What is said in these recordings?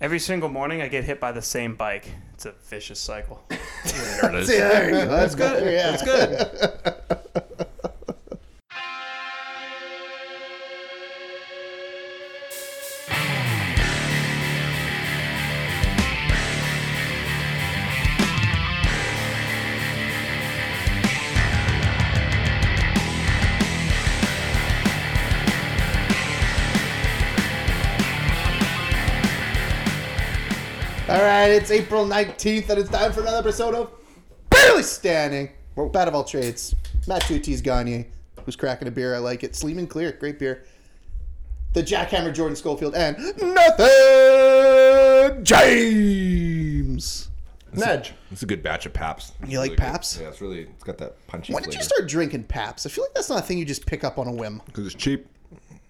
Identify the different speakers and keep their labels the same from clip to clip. Speaker 1: Every single morning, I get hit by the same bike. It's a vicious cycle.
Speaker 2: There it is.
Speaker 3: See, there you go. That's good. Yeah.
Speaker 1: It's good.
Speaker 3: All right, it's April 19th, and it's time for another episode of Barely Standing. Bat of all trades. Matt Tucci's Gagne, who's cracking a beer. I like it. Sleem and Clear, great beer. The Jackhammer Jordan Schofield, and Nothing James. Nedge.
Speaker 2: It's a good batch of Paps. It's
Speaker 3: You like
Speaker 2: good.
Speaker 3: Paps?
Speaker 2: Yeah, it's really it's got that punchy.
Speaker 3: When did you start drinking Paps? I feel like that's not a thing you just pick up on a whim.
Speaker 2: Because it's cheap.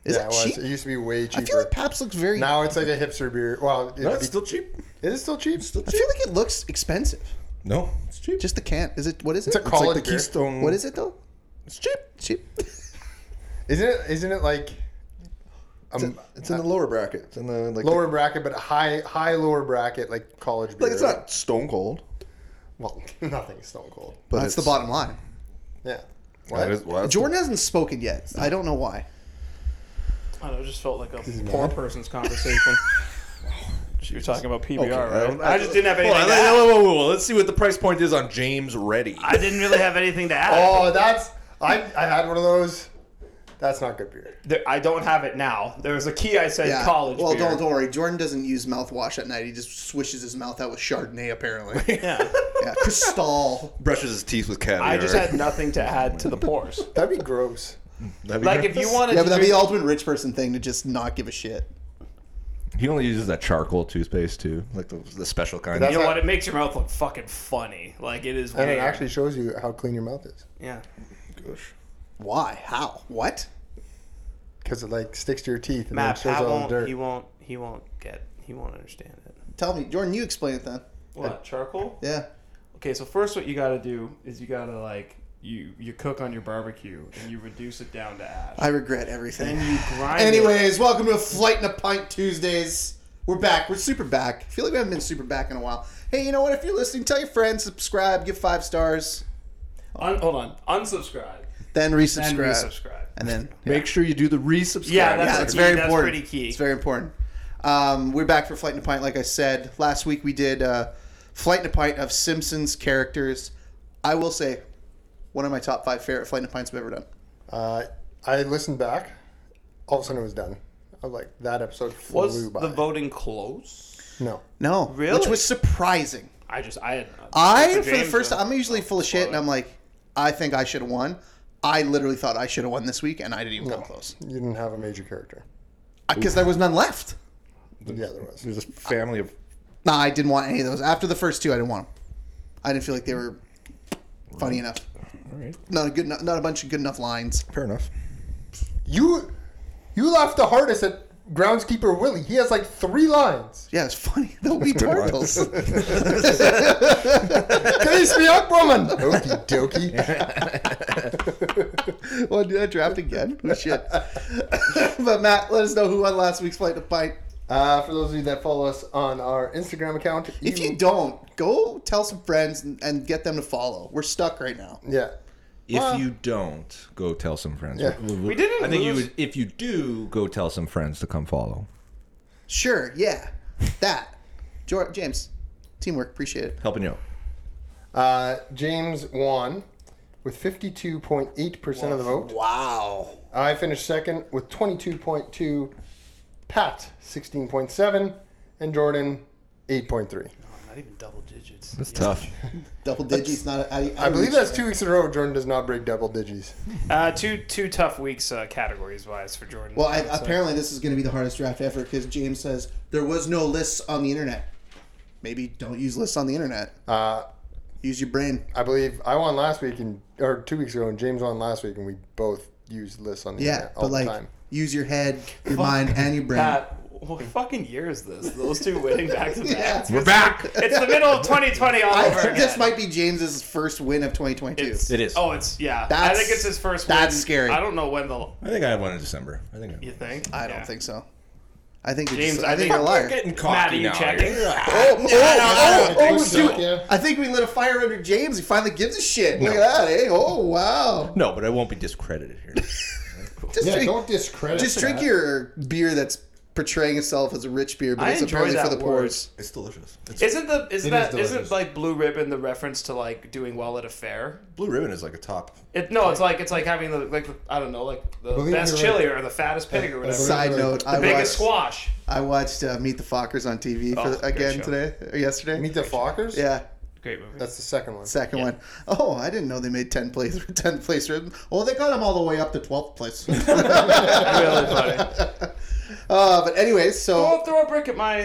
Speaker 3: Is
Speaker 4: yeah,
Speaker 3: it
Speaker 4: was.
Speaker 3: cheap?
Speaker 4: It used to be way
Speaker 3: I
Speaker 4: cheaper.
Speaker 3: feel like Paps looks very.
Speaker 4: now it's like a hipster beer. Well, it,
Speaker 2: No, it's still cheap.
Speaker 4: it is still cheap.
Speaker 3: I feel like it looks expensive.
Speaker 2: No, it's cheap.
Speaker 3: Just the can. Is it? What is it?
Speaker 4: a college
Speaker 2: the
Speaker 4: beer.
Speaker 2: Keystone.
Speaker 3: What is it though?
Speaker 2: It's cheap.
Speaker 3: Cheap.
Speaker 4: Isn't it? Isn't it like um,
Speaker 5: It's in the lower bracket. It's in the like
Speaker 4: lower bracket, but high, high lower bracket, like college beer?
Speaker 5: Like it's not stone cold,
Speaker 4: Well, nothing's Stone Cold.
Speaker 5: but
Speaker 3: That's the bottom line.
Speaker 4: Yeah.
Speaker 5: That is, well, that's
Speaker 3: Jordan hasn't spoken yet. I don't know why.
Speaker 1: I don't know, it just felt like a poor person's conversation. you were talking about PBR, right? I, just didn't have anything.
Speaker 2: Hold on,
Speaker 1: to
Speaker 2: whoa,
Speaker 1: add.
Speaker 2: whoa, whoa, whoa. Let's see what the price point is on James Reddy.
Speaker 1: I didn't really have anything to add.
Speaker 4: Oh, that's I. I had one of those. That's not good beer.
Speaker 1: There, I don't have it now. There was a key I said college.
Speaker 3: Well,
Speaker 1: beer.
Speaker 3: don't, don't worry. Jordan doesn't use mouthwash at night. He just swishes his mouth out with Chardonnay, apparently.
Speaker 1: Yeah,
Speaker 3: yeah, Cristal.
Speaker 2: Brushes his teeth with caviar.
Speaker 1: I just had nothing to add to the pours.
Speaker 4: That'd be gross.
Speaker 2: That'd be
Speaker 1: Like
Speaker 2: good.
Speaker 1: if you wanted
Speaker 3: Yeah,
Speaker 1: to
Speaker 3: but that'd be
Speaker 1: drink-
Speaker 3: the ultimate rich person thing to just not give a shit.
Speaker 2: he only uses that charcoal toothpaste too, like the, the special kind.
Speaker 4: That's
Speaker 1: you know
Speaker 4: not-
Speaker 1: what? It makes your mouth look fucking funny. Like it is.
Speaker 4: And it
Speaker 1: weird.
Speaker 4: actually shows you how clean your mouth is
Speaker 1: yeah.
Speaker 2: Gosh.
Speaker 3: Why? How? What?
Speaker 4: because it like sticks to your teeth and
Speaker 1: Matt,
Speaker 4: then shows
Speaker 1: Pat
Speaker 4: all the
Speaker 1: won't. He
Speaker 4: dirt.
Speaker 1: won't. He won't get. He won't understand it.
Speaker 3: Tell me, Jordan. You explain it then.
Speaker 1: What charcoal?
Speaker 3: Yeah.
Speaker 1: Okay, so first what you gotta do is you gotta like you you cook on your barbecue and you reduce it down to ash.
Speaker 3: I regret everything.
Speaker 1: Then you grind. it.
Speaker 3: Anyways, welcome to Flight and a Pint Tuesdays. We're back. We're super back. I feel like we haven't been super back in a while. Hey, you know what? If you're listening, tell your friends, subscribe, give five stars,
Speaker 1: Un- hold on, unsubscribe,
Speaker 3: then
Speaker 1: then
Speaker 3: resubscribe.
Speaker 1: resubscribe.
Speaker 3: And then
Speaker 2: Make sure you do the resubscribe.
Speaker 1: Yeah, that's,
Speaker 3: yeah,
Speaker 1: a
Speaker 3: it's
Speaker 1: key-
Speaker 3: very
Speaker 1: that's
Speaker 3: important.
Speaker 1: pretty key.
Speaker 3: It's very important. Um, we're back for Flight and a Pint, like I said. Last week we did uh, Flight and a Pint of Simpsons characters. I will say, one of my top five favorite Flight and a Pints I've ever done.
Speaker 4: Uh, I listened back. All of a sudden, it was done. I was like, that episode flew
Speaker 1: Was
Speaker 4: by.
Speaker 1: the voting close?
Speaker 4: no.
Speaker 3: No.
Speaker 1: Really?
Speaker 3: Which was surprising.
Speaker 1: I just I had.
Speaker 3: I,
Speaker 1: James uh,
Speaker 3: for the first
Speaker 1: was-
Speaker 3: time, I'm usually full of shit and I'm like, I think I should have won. I literally thought I should have won this week and I didn't even come close.
Speaker 4: You didn't have a major character.
Speaker 3: Because there was none left.
Speaker 4: Yeah, there was.
Speaker 2: There's a family of
Speaker 3: Nah, I didn't want any of those. After the first two, I didn't want them. I didn't feel like they were funny enough.
Speaker 2: right.
Speaker 3: Not a good, eno- not a bunch of good enough lines.
Speaker 2: fair enough.
Speaker 4: You you laughed the hardest at groundskeeper Willie. He has like three lines.
Speaker 3: Yeah, it's funny. They'll be turtles.
Speaker 4: Case me up, woman. Okie dokie.
Speaker 3: Want to do that draft again? Oh, shit. but Matt, let us know who won last week's flight to fight.
Speaker 4: Uh, for those of you that follow us on our Instagram account,
Speaker 3: If you don't, go tell some friends and, and get them to follow. We're stuck right now.
Speaker 4: yeah,
Speaker 2: If
Speaker 4: Well-
Speaker 2: you don't, go tell some friends.
Speaker 4: Yeah.
Speaker 1: We didn't
Speaker 2: I think you
Speaker 1: lose-
Speaker 2: would. If you do, go tell some friends to come follow.
Speaker 3: Sure, yeah, that. Jor- James, teamwork, appreciate it.
Speaker 2: Helping you. out.
Speaker 4: uh, James won with fifty-two point eight percent of the vote.
Speaker 3: Wow.
Speaker 4: I finished second with twenty-two point two. Pat sixteen point seven, and Jordan eight point three.
Speaker 1: Not even double digits.
Speaker 2: That's tough.
Speaker 3: Double digits, not. I,
Speaker 4: I believe that's two weeks in a row. Jordan does not break double digits.
Speaker 1: Uh, two two tough weeks uh, categories wise for Jordan.
Speaker 3: Well, I, apparently this is going to be the hardest draft ever because James says there was no lists on the internet. Maybe don't use lists on the internet.
Speaker 4: Uh,
Speaker 3: Use your brain.
Speaker 4: I believe I won last week and or two weeks ago, and James won last week, and we both used lists on the
Speaker 3: Yeah,
Speaker 4: internet all
Speaker 3: but
Speaker 4: the
Speaker 3: like
Speaker 4: time.
Speaker 3: use your head, your mind, and your brain.
Speaker 1: Pat, what fucking year is this? Those two winning back to
Speaker 3: Yeah.
Speaker 1: back.
Speaker 2: We're back.
Speaker 1: It's the middle of 2020 all
Speaker 3: I
Speaker 1: over
Speaker 3: think this
Speaker 1: again.
Speaker 3: might be James's first win of 2022.
Speaker 1: It's-
Speaker 2: It is.
Speaker 1: Oh, it's yeah. I
Speaker 3: That's-
Speaker 1: think it's his first.
Speaker 3: that's
Speaker 1: win.
Speaker 3: scary.
Speaker 1: I don't know when the
Speaker 2: I think I had one in December. I think. I
Speaker 1: you think.
Speaker 3: I don't
Speaker 1: Yeah.
Speaker 3: think so. I I think it's,
Speaker 1: James,
Speaker 3: I, think you're a liar.
Speaker 2: getting
Speaker 1: Matt, are
Speaker 2: cocky
Speaker 1: you
Speaker 2: now.
Speaker 1: checking?
Speaker 3: Oh, oh,
Speaker 4: I
Speaker 3: oh,
Speaker 4: think so.
Speaker 3: dude.
Speaker 4: Yeah.
Speaker 3: I think we lit a fire under James. He finally gives a shit. Look at that, eh? Oh, wow.
Speaker 2: No, but I won't be discredited here.
Speaker 3: Just
Speaker 4: Yeah,
Speaker 3: drink,
Speaker 4: don't discredit.
Speaker 3: just drink
Speaker 4: that.
Speaker 3: your beer that's portraying itself as a rich beer, but
Speaker 1: I
Speaker 3: it's
Speaker 1: enjoy
Speaker 3: apparently for
Speaker 1: that
Speaker 3: the
Speaker 1: word.
Speaker 3: pores.
Speaker 2: It's delicious. It's,
Speaker 1: Isn't the isn't
Speaker 4: It is
Speaker 1: that is
Speaker 4: delicious.
Speaker 1: not like blue ribbon the reference to like doing well at a fair?
Speaker 2: Blue Ribbon is like a top.
Speaker 1: It no, it's like it's like having the like the, I don't know like the
Speaker 4: Believe
Speaker 1: best
Speaker 4: you're
Speaker 1: chili or the fattest pig or whatever.
Speaker 4: believe-
Speaker 1: The
Speaker 3: Side
Speaker 4: Right.
Speaker 3: note:
Speaker 4: The
Speaker 3: I watched,
Speaker 1: biggest squash.
Speaker 3: I watched uh, Meet the Fockers on TV for,
Speaker 1: Oh,
Speaker 3: the-
Speaker 1: good
Speaker 3: again
Speaker 1: show.
Speaker 3: today or yesterday.
Speaker 4: Meet the Fockers?
Speaker 3: yeah,
Speaker 1: Great movie.
Speaker 4: That's the second one.
Speaker 3: second one. Oh, I didn't know they made ten place ten place. rhythm. Oh, they got him all the way up to twelfth place.
Speaker 1: really funny.
Speaker 3: uh, but anyways, so
Speaker 1: Don't throw a brick at my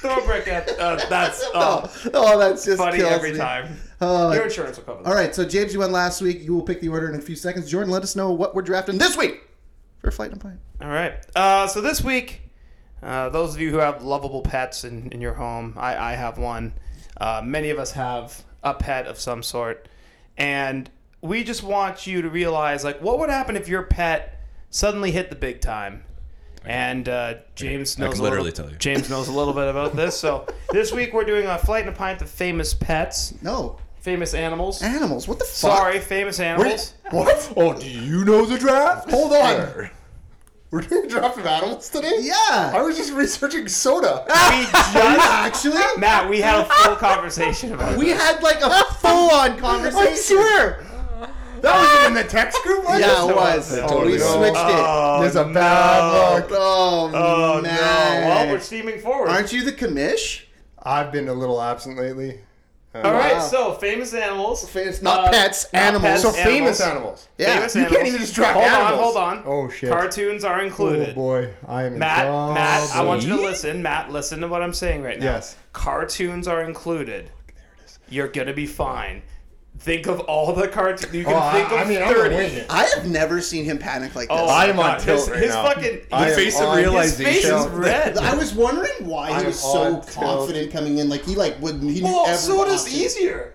Speaker 1: throw a brick at uh, Oh, that's uh,
Speaker 3: oh, oh, that's just
Speaker 1: funny
Speaker 3: kills
Speaker 1: every
Speaker 3: me.
Speaker 1: time.
Speaker 3: Oh,
Speaker 1: Your insurance will cover that.
Speaker 3: All right, so James, you won last week. You will pick the order in a few seconds. Jordan, let us know what we're drafting this week for Flight and Pint.
Speaker 1: All right. Uh, so this week, uh, those of you who have lovable pets in, in your home, I, I have one. Uh, many of us have a pet of some sort. And we just want you to realize, like, what would happen if your pet suddenly hit the big time? And uh, James
Speaker 2: I can
Speaker 1: knows a
Speaker 2: literally
Speaker 1: little,
Speaker 2: tell you.
Speaker 1: James knows a little bit about this. So this week we're doing a flight and a pint of famous pets,
Speaker 3: No,
Speaker 1: famous animals.
Speaker 3: animals. Eh? What the fuck?
Speaker 1: Sorry, famous animals.
Speaker 5: What? Oh, do you know the draft?
Speaker 4: Hold on. We're doing a draft of animals today? I
Speaker 3: Yeah.
Speaker 4: was just researching soda.
Speaker 1: We just
Speaker 3: Actually,
Speaker 1: Matt, we had a full conversation about
Speaker 3: we had like a full-on conversation.
Speaker 4: I swear. That was in the text group, wasn't
Speaker 3: Yeah,
Speaker 4: it?
Speaker 3: it was.
Speaker 1: it.
Speaker 3: we
Speaker 5: Totally was.
Speaker 3: switched it.
Speaker 1: Oh,
Speaker 4: There's a
Speaker 1: no.
Speaker 4: bad look.
Speaker 3: Oh,
Speaker 1: Oh no!
Speaker 3: man.
Speaker 1: Well, we're steaming forward.
Speaker 3: Aren't you the commish?
Speaker 4: I've been a little absent lately. Um,
Speaker 1: All right,
Speaker 3: Wow.
Speaker 1: so famous animals.
Speaker 3: It's not pets, animals.
Speaker 1: pets,
Speaker 3: So
Speaker 4: Famous animals.
Speaker 3: Yeah.
Speaker 1: Famous
Speaker 3: You
Speaker 1: animals.
Speaker 4: can't even just drop
Speaker 1: hold
Speaker 4: animals.
Speaker 1: on, hold on.
Speaker 4: Oh, shit.
Speaker 1: Cartoons are
Speaker 4: Oh
Speaker 1: included.
Speaker 4: boy, I am in
Speaker 1: Matt,
Speaker 4: trouble.
Speaker 1: Matt, I want you to listen. Matt, listen to what I'm saying right now.
Speaker 4: Yes.
Speaker 1: Cartoons are included. You're gonna be fine. Think of all the cartoons. You can
Speaker 4: Oh, I-
Speaker 1: think of
Speaker 4: I mean, I'm
Speaker 1: 30.
Speaker 4: winging it.
Speaker 3: I have never seen him panic like this.
Speaker 1: Oh,
Speaker 4: I am
Speaker 1: my
Speaker 4: on
Speaker 1: God.
Speaker 4: tilt
Speaker 1: his,
Speaker 4: right
Speaker 1: his
Speaker 4: now.
Speaker 1: fucking
Speaker 4: I
Speaker 2: The
Speaker 4: am
Speaker 2: face of
Speaker 4: on-
Speaker 1: his
Speaker 2: realization.
Speaker 1: face is red.
Speaker 3: I was wondering why he
Speaker 4: I am
Speaker 3: was so
Speaker 4: on tilt.
Speaker 3: confident coming in. Like he like wouldn't. He knew
Speaker 1: well,
Speaker 3: every
Speaker 1: soda's
Speaker 3: option.
Speaker 1: easier.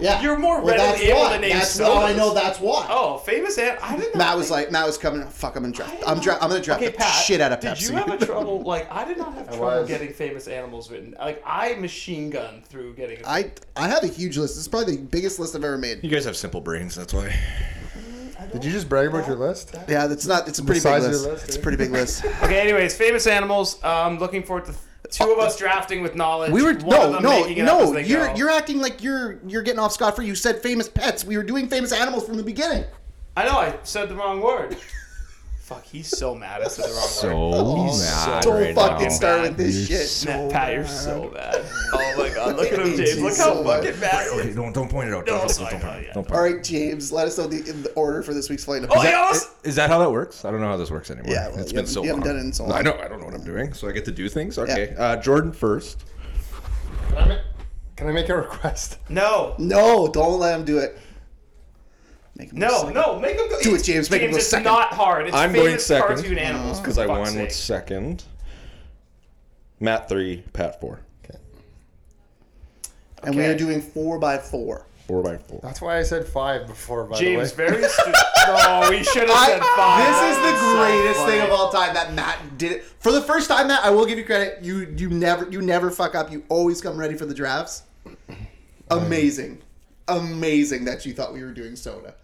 Speaker 3: Yeah.
Speaker 1: You're more
Speaker 3: well,
Speaker 1: ready
Speaker 3: that's
Speaker 1: to be able
Speaker 3: why.
Speaker 1: to name
Speaker 3: That's
Speaker 1: sodas.
Speaker 3: why I know that's why.
Speaker 1: Oh, famous an I didn't.
Speaker 3: Matt was like, Matt was coming. Fuck, I'm gonna draft. I'm, dra- I'm gonna draft
Speaker 1: Okay,
Speaker 3: the
Speaker 1: Pat,
Speaker 3: shit out of Pepsi.
Speaker 1: Did you have a trouble? Like, I did not have trouble
Speaker 4: was.
Speaker 1: getting famous animals written. Like, I machine gun through getting. I
Speaker 3: I I had a huge list. This is probably the biggest list I've ever made.
Speaker 2: You guys have simple brains, that's why.
Speaker 4: Did you just brag about your list?
Speaker 3: Yeah, that's not. It's a pretty big
Speaker 4: size of your
Speaker 3: list.
Speaker 4: list,
Speaker 3: It's a
Speaker 4: eh?
Speaker 3: pretty big list.
Speaker 1: okay. Anyways, famous animals. Um, looking forward to th- two of us drafting with knowledge.
Speaker 3: We were
Speaker 1: one of
Speaker 3: no
Speaker 1: them
Speaker 3: no
Speaker 1: making it up as
Speaker 3: no.
Speaker 1: they
Speaker 3: You're
Speaker 1: go.
Speaker 3: you're acting like you're you're getting off scot free. You said famous pets. We were doing famous animals from the beginning.
Speaker 1: I know. I said the wrong word. Fuck. He's so mad. I said the wrong word.
Speaker 2: Oh, So mad
Speaker 3: Don't
Speaker 2: right
Speaker 3: Oh, fucking
Speaker 2: now.
Speaker 3: start with this
Speaker 2: You're
Speaker 3: shit.
Speaker 1: Matt, Pat, you're so bad. Oh my god, look at him, James. Look how
Speaker 3: so much.
Speaker 1: fucking bad. he is.
Speaker 2: Wait, don't don't point it out.
Speaker 1: No,
Speaker 2: Don't,
Speaker 1: sorry,
Speaker 2: don't, don't,
Speaker 1: no,
Speaker 2: point it
Speaker 1: yeah,
Speaker 2: out. don't
Speaker 3: All
Speaker 2: point it
Speaker 3: right, James. Let us know the, the order for this week's flight.
Speaker 1: Oh, yeah, I was-
Speaker 2: out. Is that how that works? I don't know how this works anymore.
Speaker 3: Yeah, well,
Speaker 2: it's been
Speaker 3: you haven't-
Speaker 2: so
Speaker 3: you
Speaker 2: long.
Speaker 3: haven't done it in so long.
Speaker 2: I know. I don't know what I'm doing, so I get to do things. Okay, uh, Jordan first.
Speaker 4: Can I make, can I make a request?
Speaker 1: No,
Speaker 3: No, don't let him do it. Make him
Speaker 1: no,
Speaker 3: listen.
Speaker 1: no. Make him go.
Speaker 3: Do it, James, make him go
Speaker 1: it's
Speaker 3: second. Oh.
Speaker 1: not hard. It's
Speaker 2: I'm
Speaker 1: famous
Speaker 2: going second.
Speaker 1: Cartoon animals.
Speaker 2: because
Speaker 1: for
Speaker 2: I
Speaker 1: fuck's
Speaker 2: won with
Speaker 1: sake.
Speaker 2: second. Matt three, Pat four,
Speaker 3: And we
Speaker 1: Okay.
Speaker 3: are doing four by four.
Speaker 2: four by four.
Speaker 1: Uh,
Speaker 4: That's why I said five before, by
Speaker 1: James,
Speaker 4: the way.
Speaker 1: very. Stu- no, we should have said five.
Speaker 3: This is the
Speaker 1: So
Speaker 3: greatest
Speaker 1: funny.
Speaker 3: thing of all time that Matt did it for the first time. Matt, I will give you credit. You you never you never fuck up. You always come ready for the drafts. Amazing, amazing that you thought we were doing soda.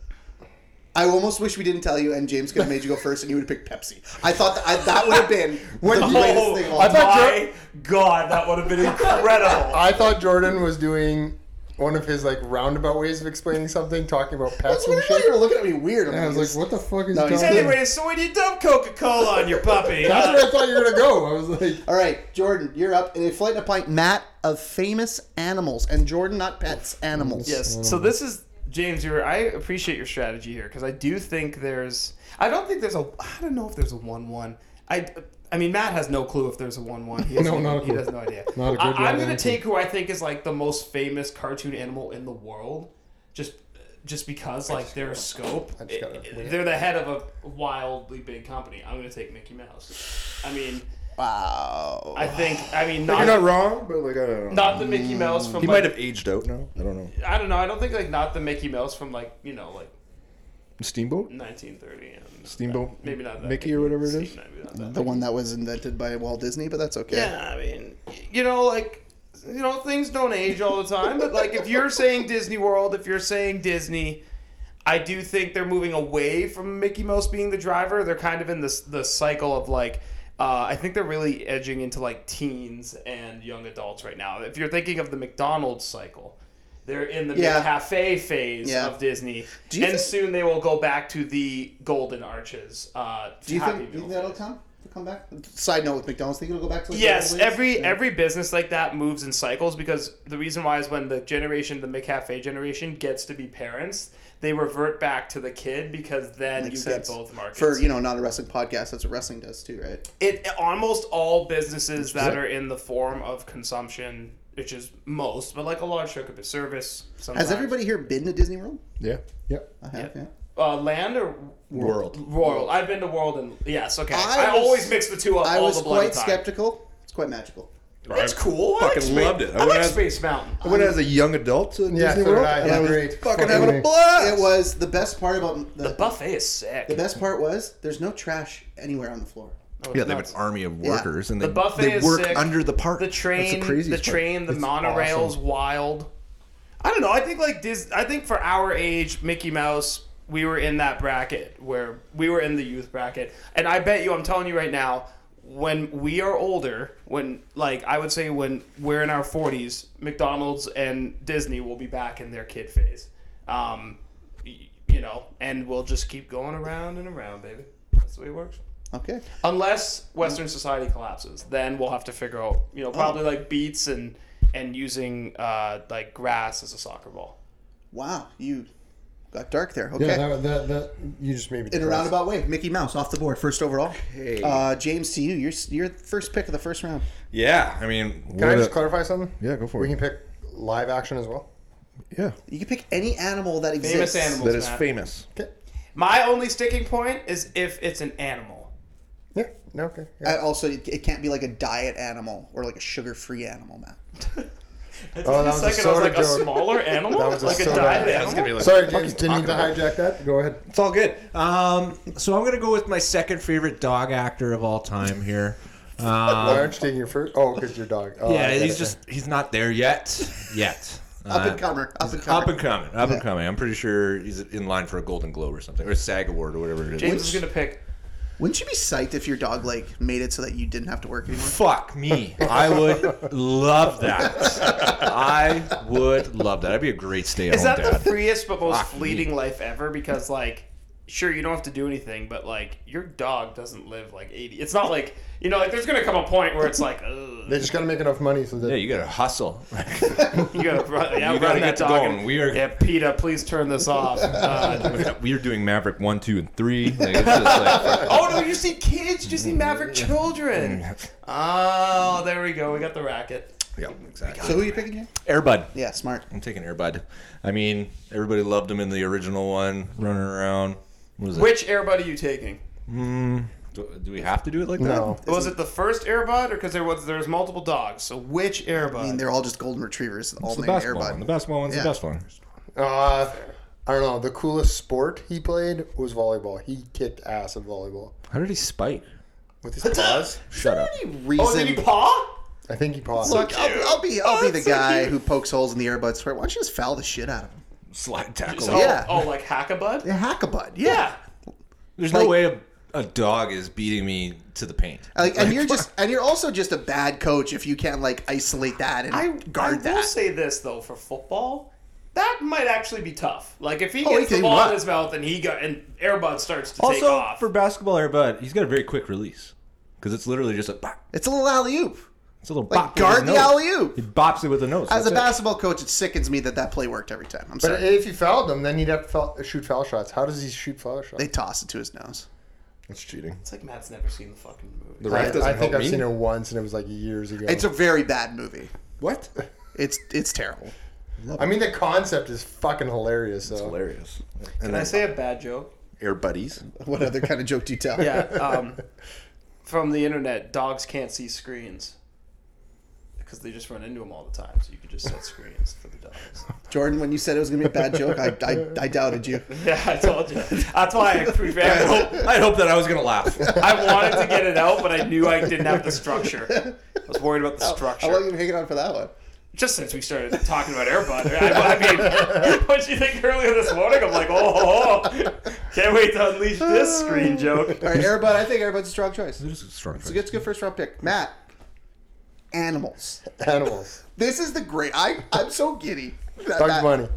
Speaker 3: I almost wish we didn't tell you, and James could have made you go first, and you would have picked Pepsi. I thought that, I, that would have been the greatest thing of
Speaker 1: Oh,
Speaker 3: all
Speaker 1: I
Speaker 3: time.
Speaker 1: thought
Speaker 4: thought
Speaker 1: my God, that would have been incredible.
Speaker 4: I thought Jordan was doing one of his like roundabout ways of explaining something, talking about pets
Speaker 3: That's
Speaker 4: and
Speaker 3: weird. You
Speaker 4: shit.
Speaker 3: were looking at me weird. I'm
Speaker 4: And I was like, what the fuck is
Speaker 3: No,
Speaker 4: going
Speaker 3: he's
Speaker 4: on?
Speaker 3: kidding.
Speaker 4: That's
Speaker 1: anyway, so when you dump Coca Cola on your puppy, uh,
Speaker 4: where I thought you were gonna go. I was like,
Speaker 3: All right, Jordan, you're up. And a flight and a pint, Matt of famous animals, and Jordan not pets, animals.
Speaker 1: yes. So this is James. You're. I appreciate your strategy here because I do think there's. I don't think there's a. I don't know if there's a one-one. I. I mean, Matt has no clue if there's a one-one. He has
Speaker 4: No, not a
Speaker 1: he
Speaker 4: clue.
Speaker 1: has no idea.
Speaker 4: Not a good
Speaker 1: I,
Speaker 4: one,
Speaker 1: I'm gonna
Speaker 4: answer.
Speaker 1: take who I think is like the most famous cartoon animal in the world, just. Just because, like their scope,
Speaker 4: just gotta-
Speaker 1: it- they're the head of a wildly big company. I'm gonna take Mickey Mouse. I mean,
Speaker 3: Wow.
Speaker 1: I think. I mean, not,
Speaker 5: You're not wrong, but like I don't know.
Speaker 1: not the Mickey Mouse
Speaker 4: Mm.
Speaker 1: from.
Speaker 2: He
Speaker 1: like,
Speaker 2: might have aged out now. I don't know.
Speaker 1: I don't know. I don't think like not the Mickey Mouse from like you know like
Speaker 2: Steamboat?
Speaker 1: 1930. And
Speaker 2: Steamboat?
Speaker 1: Uh, maybe not that.
Speaker 2: Mickey or whatever it is?
Speaker 1: Maybe not that.
Speaker 3: The one that was invented by Walt Disney, but that's okay.
Speaker 1: Yeah, I mean, you know, like, you know, things don't age all the time, but like, if you're saying Disney World, if you're saying Disney, I do think they're moving away from Mickey Mouse being the driver. They're kind of in this the cycle of like. Uh, I think they're really edging into like teens and young adults right now. If you're thinking of the McDonald's cycle, they're in the
Speaker 3: Yeah.
Speaker 1: cafe phase
Speaker 3: Yeah.
Speaker 1: of Disney,
Speaker 3: Do you
Speaker 1: and
Speaker 3: think-
Speaker 1: soon they will go back to the Golden Arches. Uh,
Speaker 3: Do you
Speaker 1: Happy
Speaker 3: think, do you
Speaker 1: Meal
Speaker 3: think that'll
Speaker 1: phase.
Speaker 3: come? Come back. Side note with McDonald's, think it'll go back to like the
Speaker 1: Yes,
Speaker 3: old ways?
Speaker 1: every
Speaker 3: Yeah.
Speaker 1: every business like that moves in cycles because the reason why is when the generation, the McCafe generation, gets to be parents, they revert back to the kid because then
Speaker 3: Makes
Speaker 1: you
Speaker 3: sense.
Speaker 1: get both markets.
Speaker 3: for you know not a wrestling podcast. That's what wrestling does too, right?
Speaker 1: it almost all businesses that are in the form of consumption, which is most, but like a large chunk of a service. Sometimes.
Speaker 3: Has everybody here been to Disney World?
Speaker 2: Yeah.
Speaker 4: Yeah.
Speaker 3: I have. Yeah.
Speaker 1: uh, land or
Speaker 2: World.
Speaker 1: world? I've been to world and yes, okay. I,
Speaker 3: I was-
Speaker 1: always mix the two up.
Speaker 3: I
Speaker 1: all
Speaker 3: was
Speaker 1: the bloody
Speaker 3: quite
Speaker 1: time.
Speaker 3: skeptical. It's quite magical.
Speaker 1: That's cool. I
Speaker 2: fucking
Speaker 1: like Space-
Speaker 2: loved it. I
Speaker 1: I
Speaker 2: went
Speaker 1: like
Speaker 2: as-
Speaker 1: Space Mountain.
Speaker 2: I went as a young adult to
Speaker 4: Yeah,
Speaker 2: Disney
Speaker 4: so
Speaker 2: World.
Speaker 4: did I.
Speaker 2: and
Speaker 4: Yeah,
Speaker 2: I was
Speaker 4: great.
Speaker 2: fucking
Speaker 4: Fucking
Speaker 2: having a
Speaker 4: amazing.
Speaker 2: blast.
Speaker 3: It was the best part about the,
Speaker 1: The buffet is sick.
Speaker 3: the best part was there's no trash anywhere on the floor.
Speaker 1: Oh,
Speaker 2: Yeah, they have an army of workers, and
Speaker 1: The
Speaker 2: they,
Speaker 1: buffet
Speaker 2: they
Speaker 1: is
Speaker 2: work
Speaker 1: sick.
Speaker 2: under the park.
Speaker 1: the train,
Speaker 2: That's
Speaker 1: the,
Speaker 2: craziest part.
Speaker 1: train, the monorail's wild. I don't know. I think like Dis. I think for our age, Mickey Mouse, we were in that bracket where we were in the youth bracket, and I bet you, I'm telling you right now, when we are older, when like I would say when we're in our 40s, McDonald's and Disney will be back in their kid phase. Um, y- you know, and we'll just keep going around and around, baby. That's the way it works.
Speaker 3: Okay.
Speaker 1: Unless Western society collapses, then we'll have to figure out, you know, probably like beats and and using uh, like grass as a soccer ball.
Speaker 3: Wow, you got dark there. Okay.
Speaker 4: Yeah, that, that, that, you just made
Speaker 3: in
Speaker 4: me
Speaker 3: a
Speaker 4: depressed.
Speaker 3: roundabout way, Mickey Mouse off the board, first overall. Uh, James, to you, you're you're the first pick of the first round.
Speaker 2: Yeah, I mean,
Speaker 4: Can I
Speaker 2: what
Speaker 4: just
Speaker 2: a-
Speaker 4: clarify something?
Speaker 2: Yeah, go for
Speaker 4: We
Speaker 2: it.
Speaker 4: can pick live action as well.
Speaker 2: yeah,
Speaker 3: You can pick any animal that exists.
Speaker 1: Famous animals.
Speaker 2: that is
Speaker 1: Matt.
Speaker 2: famous.
Speaker 4: Okay.
Speaker 1: My only sticking point is if it's an animal.
Speaker 4: Yeah. No, okay. Yeah.
Speaker 3: Uh, also, it, it can't be like a diet animal or like a sugar-free animal, Matt.
Speaker 4: Oh, that was a
Speaker 1: second, I was
Speaker 4: soda
Speaker 1: like, a
Speaker 4: joke.
Speaker 1: smaller animal?
Speaker 4: That was a
Speaker 1: like a
Speaker 4: soda.
Speaker 1: diet
Speaker 4: Yeah,
Speaker 1: animal?
Speaker 4: Sorry, James. Didn't mean to hijack that. Go ahead.
Speaker 6: It's all good. Um, so I'm gonna go with my second favorite dog actor of all time here.
Speaker 4: Why
Speaker 6: Um,
Speaker 4: aren't you taking your first? Oh, because your dog. Oh, I
Speaker 6: yeah,
Speaker 4: get
Speaker 6: he's
Speaker 4: it.
Speaker 6: just—he's not there yet. Yet.
Speaker 3: Up
Speaker 6: Uh,
Speaker 3: and comer. Up and comer.
Speaker 6: Up and coming, up and coming. I'm pretty sure he's in line for a Golden Globe or something, or a SAG award or whatever it is.
Speaker 1: James is going to pick.
Speaker 3: Wouldn't you be psyched if your dog like made it so that you didn't have to work anymore?
Speaker 6: Fuck me. I would love that. I would love that. I'd be a great stay-at-home
Speaker 1: Is that
Speaker 6: dad.
Speaker 1: the freest but most
Speaker 6: Fuck me.
Speaker 1: fleeting life ever? Because, like, sure, you don't have to do anything, but, like, your dog doesn't live like 80. It's not like, you know, like, there's going to come a point where it's like, ugh.
Speaker 4: They just got to make enough money so that
Speaker 6: yeah, you gotta hustle.
Speaker 1: You gotta run, yeah,
Speaker 6: You
Speaker 1: run
Speaker 6: gotta
Speaker 1: that
Speaker 6: get
Speaker 1: dog.
Speaker 6: going.
Speaker 1: and-
Speaker 6: We are-
Speaker 1: Yeah, PETA, please turn this off. Uh,
Speaker 6: we are doing Maverick one, two, and three. Like, it's just like,
Speaker 1: oh no, you see kids, you see Maverick children. Mm. Oh, there we go. We got the racket.
Speaker 6: yeah, exactly.
Speaker 3: So who are you picking? Here?
Speaker 6: Airbud.
Speaker 3: Yeah, smart.
Speaker 6: I'm taking Airbud. I mean, everybody loved him in the original one, running around. What is it?
Speaker 1: Which Airbud are you taking?
Speaker 6: Do, do we have to do it like that?
Speaker 4: no.
Speaker 1: Was it the first Airbud, or because there was there's multiple dogs? So which
Speaker 3: I mean,
Speaker 1: Airbud?
Speaker 3: they're all just golden retrievers, all
Speaker 6: It's the
Speaker 3: named
Speaker 6: basketball one. The
Speaker 3: Airbud.
Speaker 6: basketball one's
Speaker 3: Yeah.
Speaker 6: the best one.
Speaker 4: Uh, I don't know. The coolest sport he played was volleyball. He kicked ass at volleyball
Speaker 6: How did he spike?
Speaker 4: with his paws.
Speaker 6: Shut up.
Speaker 1: Oh, did
Speaker 3: Reason.
Speaker 1: he paw?
Speaker 4: I think he paused.
Speaker 3: Look, I'll, I'll be I'll be the
Speaker 1: That's so
Speaker 3: guy
Speaker 1: cute.
Speaker 3: who pokes holes in the Airbud sweater. Why don't you just foul the shit out of him?
Speaker 6: Slide tackle.
Speaker 1: Oh,
Speaker 3: Yeah.
Speaker 1: oh, like Hackabud?
Speaker 3: Yeah, hack a bud. Yeah.
Speaker 1: Yeah.
Speaker 6: There's
Speaker 3: Like-
Speaker 6: no way a, a dog is beating me to the paint.
Speaker 3: Like, and you're just and you're also just a bad coach if you can't like isolate that and
Speaker 1: I, I
Speaker 3: guard
Speaker 1: will
Speaker 3: that.
Speaker 1: say this though for football. That might actually be tough. Like if he
Speaker 3: Oh, he
Speaker 1: gets the
Speaker 3: can
Speaker 1: ball in
Speaker 3: run.
Speaker 1: his mouth and he got and Airbud starts to take
Speaker 6: also,
Speaker 1: off.
Speaker 6: for basketball airbud, he's got a very quick release because it's literally just a bop.
Speaker 3: it's a little alley oop.
Speaker 6: It's a little
Speaker 3: Like
Speaker 6: bop. with
Speaker 3: guard
Speaker 6: his
Speaker 3: the
Speaker 6: nose.
Speaker 3: alley oop.
Speaker 6: He bops it with a nose.
Speaker 3: As a
Speaker 6: That's it.
Speaker 3: basketball coach, it sickens me that that play worked every time. I'm
Speaker 4: But
Speaker 3: sorry.
Speaker 4: if you fouled him, then he'd have to foul, shoot foul shots. How does he shoot foul shots?
Speaker 3: they toss it to his nose.
Speaker 2: That's cheating.
Speaker 1: it's like Matt's never seen the fucking movie.
Speaker 2: The
Speaker 4: I,
Speaker 2: ref doesn't
Speaker 4: I think
Speaker 2: help
Speaker 4: I've
Speaker 2: me.
Speaker 4: seen it once, and it was like years ago.
Speaker 3: It's a very bad movie.
Speaker 2: What?
Speaker 3: It's it's terrible.
Speaker 4: I mean, the concept is fucking hilarious. So.
Speaker 2: Hilarious.
Speaker 1: Can I say a bad joke?
Speaker 2: Air buddies.
Speaker 3: What other kind of joke do you tell?
Speaker 1: Yeah. Um, from the internet, dogs can't see screens. because they just run into them all the time. So you could just set screens for the dogs.
Speaker 3: Jordan, when you said it was going to be a bad joke, I, I, I doubted you.
Speaker 1: Yeah, I told you. That's why I prepared. I, hope-
Speaker 6: I hope that I was gonna laugh.
Speaker 1: I wanted to get it out, but I knew I didn't have the structure. I was worried about the structure.
Speaker 3: How long you been hanging on for that one?
Speaker 1: just since we started talking about Airbud. I, I mean, what you think earlier this morning? I'm like, oh, oh, oh. can't wait to unleash this screen joke.
Speaker 3: All right, Airbud. I think Airbud's a strong choice. It's
Speaker 2: Just a strong
Speaker 3: a
Speaker 2: choice.
Speaker 3: good, it's a good first round pick. Matt, animals.
Speaker 4: Animals.
Speaker 3: This is the great. I I'm so giddy. That-
Speaker 4: Dog
Speaker 3: that-
Speaker 4: money.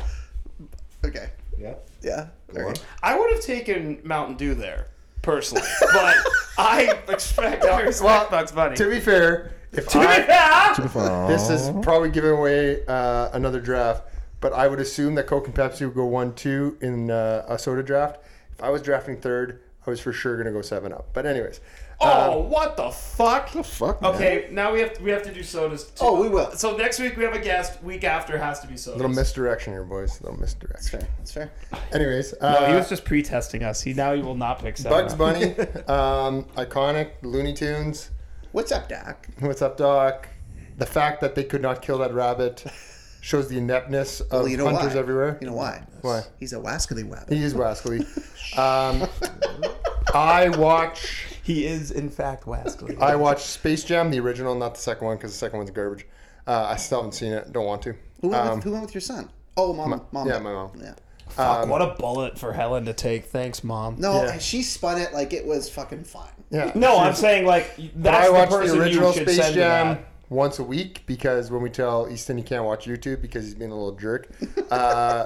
Speaker 3: Okay.
Speaker 5: Yeah.
Speaker 3: Yeah. All right.
Speaker 1: I would have taken Mountain Dew there personally, but I expect I respect Bugs Bunny.
Speaker 4: To be fair, if I,
Speaker 1: Yeah.
Speaker 4: this is probably giving away uh, another draft, but I would assume that Coke and Pepsi would go one two in uh, a soda draft. If I was drafting third, I was for sure gonna go seven up. But anyways, uh,
Speaker 1: Oh, what the fuck? The
Speaker 2: fuck, man?
Speaker 1: Okay, now we have we have to do sodas. Too.
Speaker 3: Oh, we will.
Speaker 1: So next week we have a guest. Week after has to be sodas.
Speaker 4: little misdirection here, boys. Little misdirection.
Speaker 3: Fair. That's fair.
Speaker 4: Anyways,
Speaker 1: No,
Speaker 4: uh,
Speaker 1: he was just pre-testing us. He now he will not pick seven.
Speaker 4: Bugs
Speaker 1: up.
Speaker 4: Bunny, um, iconic Looney Tunes.
Speaker 3: What's up, Doc?
Speaker 4: What's up, Doc? The fact that they could not kill that rabbit shows the ineptness of
Speaker 3: Well, you know
Speaker 4: hunters
Speaker 3: why.
Speaker 4: everywhere.
Speaker 3: You know why?
Speaker 4: Why?
Speaker 3: He's a wascally wabbit.
Speaker 4: He is rascally. um, I watch
Speaker 1: He is in fact Wesley.
Speaker 4: I watch Space Jam, the original, not the second one, because the second one's garbage. Uh, I still haven't seen it. Don't want to.
Speaker 3: Who went,
Speaker 4: Um,
Speaker 3: with, who went with your son? Oh, mom. mom
Speaker 4: yeah,
Speaker 3: did.
Speaker 4: my mom.
Speaker 3: Yeah.
Speaker 4: Um,
Speaker 1: Fuck, what a bullet for Helen to take. Thanks, mom.
Speaker 3: No,
Speaker 4: Yeah.
Speaker 3: she spun it like it was fucking fine.
Speaker 4: yeah.
Speaker 1: No, I'm saying like
Speaker 4: But
Speaker 1: that's
Speaker 4: I watch
Speaker 1: the
Speaker 4: the,
Speaker 1: person
Speaker 4: original
Speaker 1: you should
Speaker 4: Space
Speaker 1: send to
Speaker 4: Jam
Speaker 1: that.
Speaker 4: once a week because when we tell Easton he can't watch YouTube because he's being a little jerk, uh,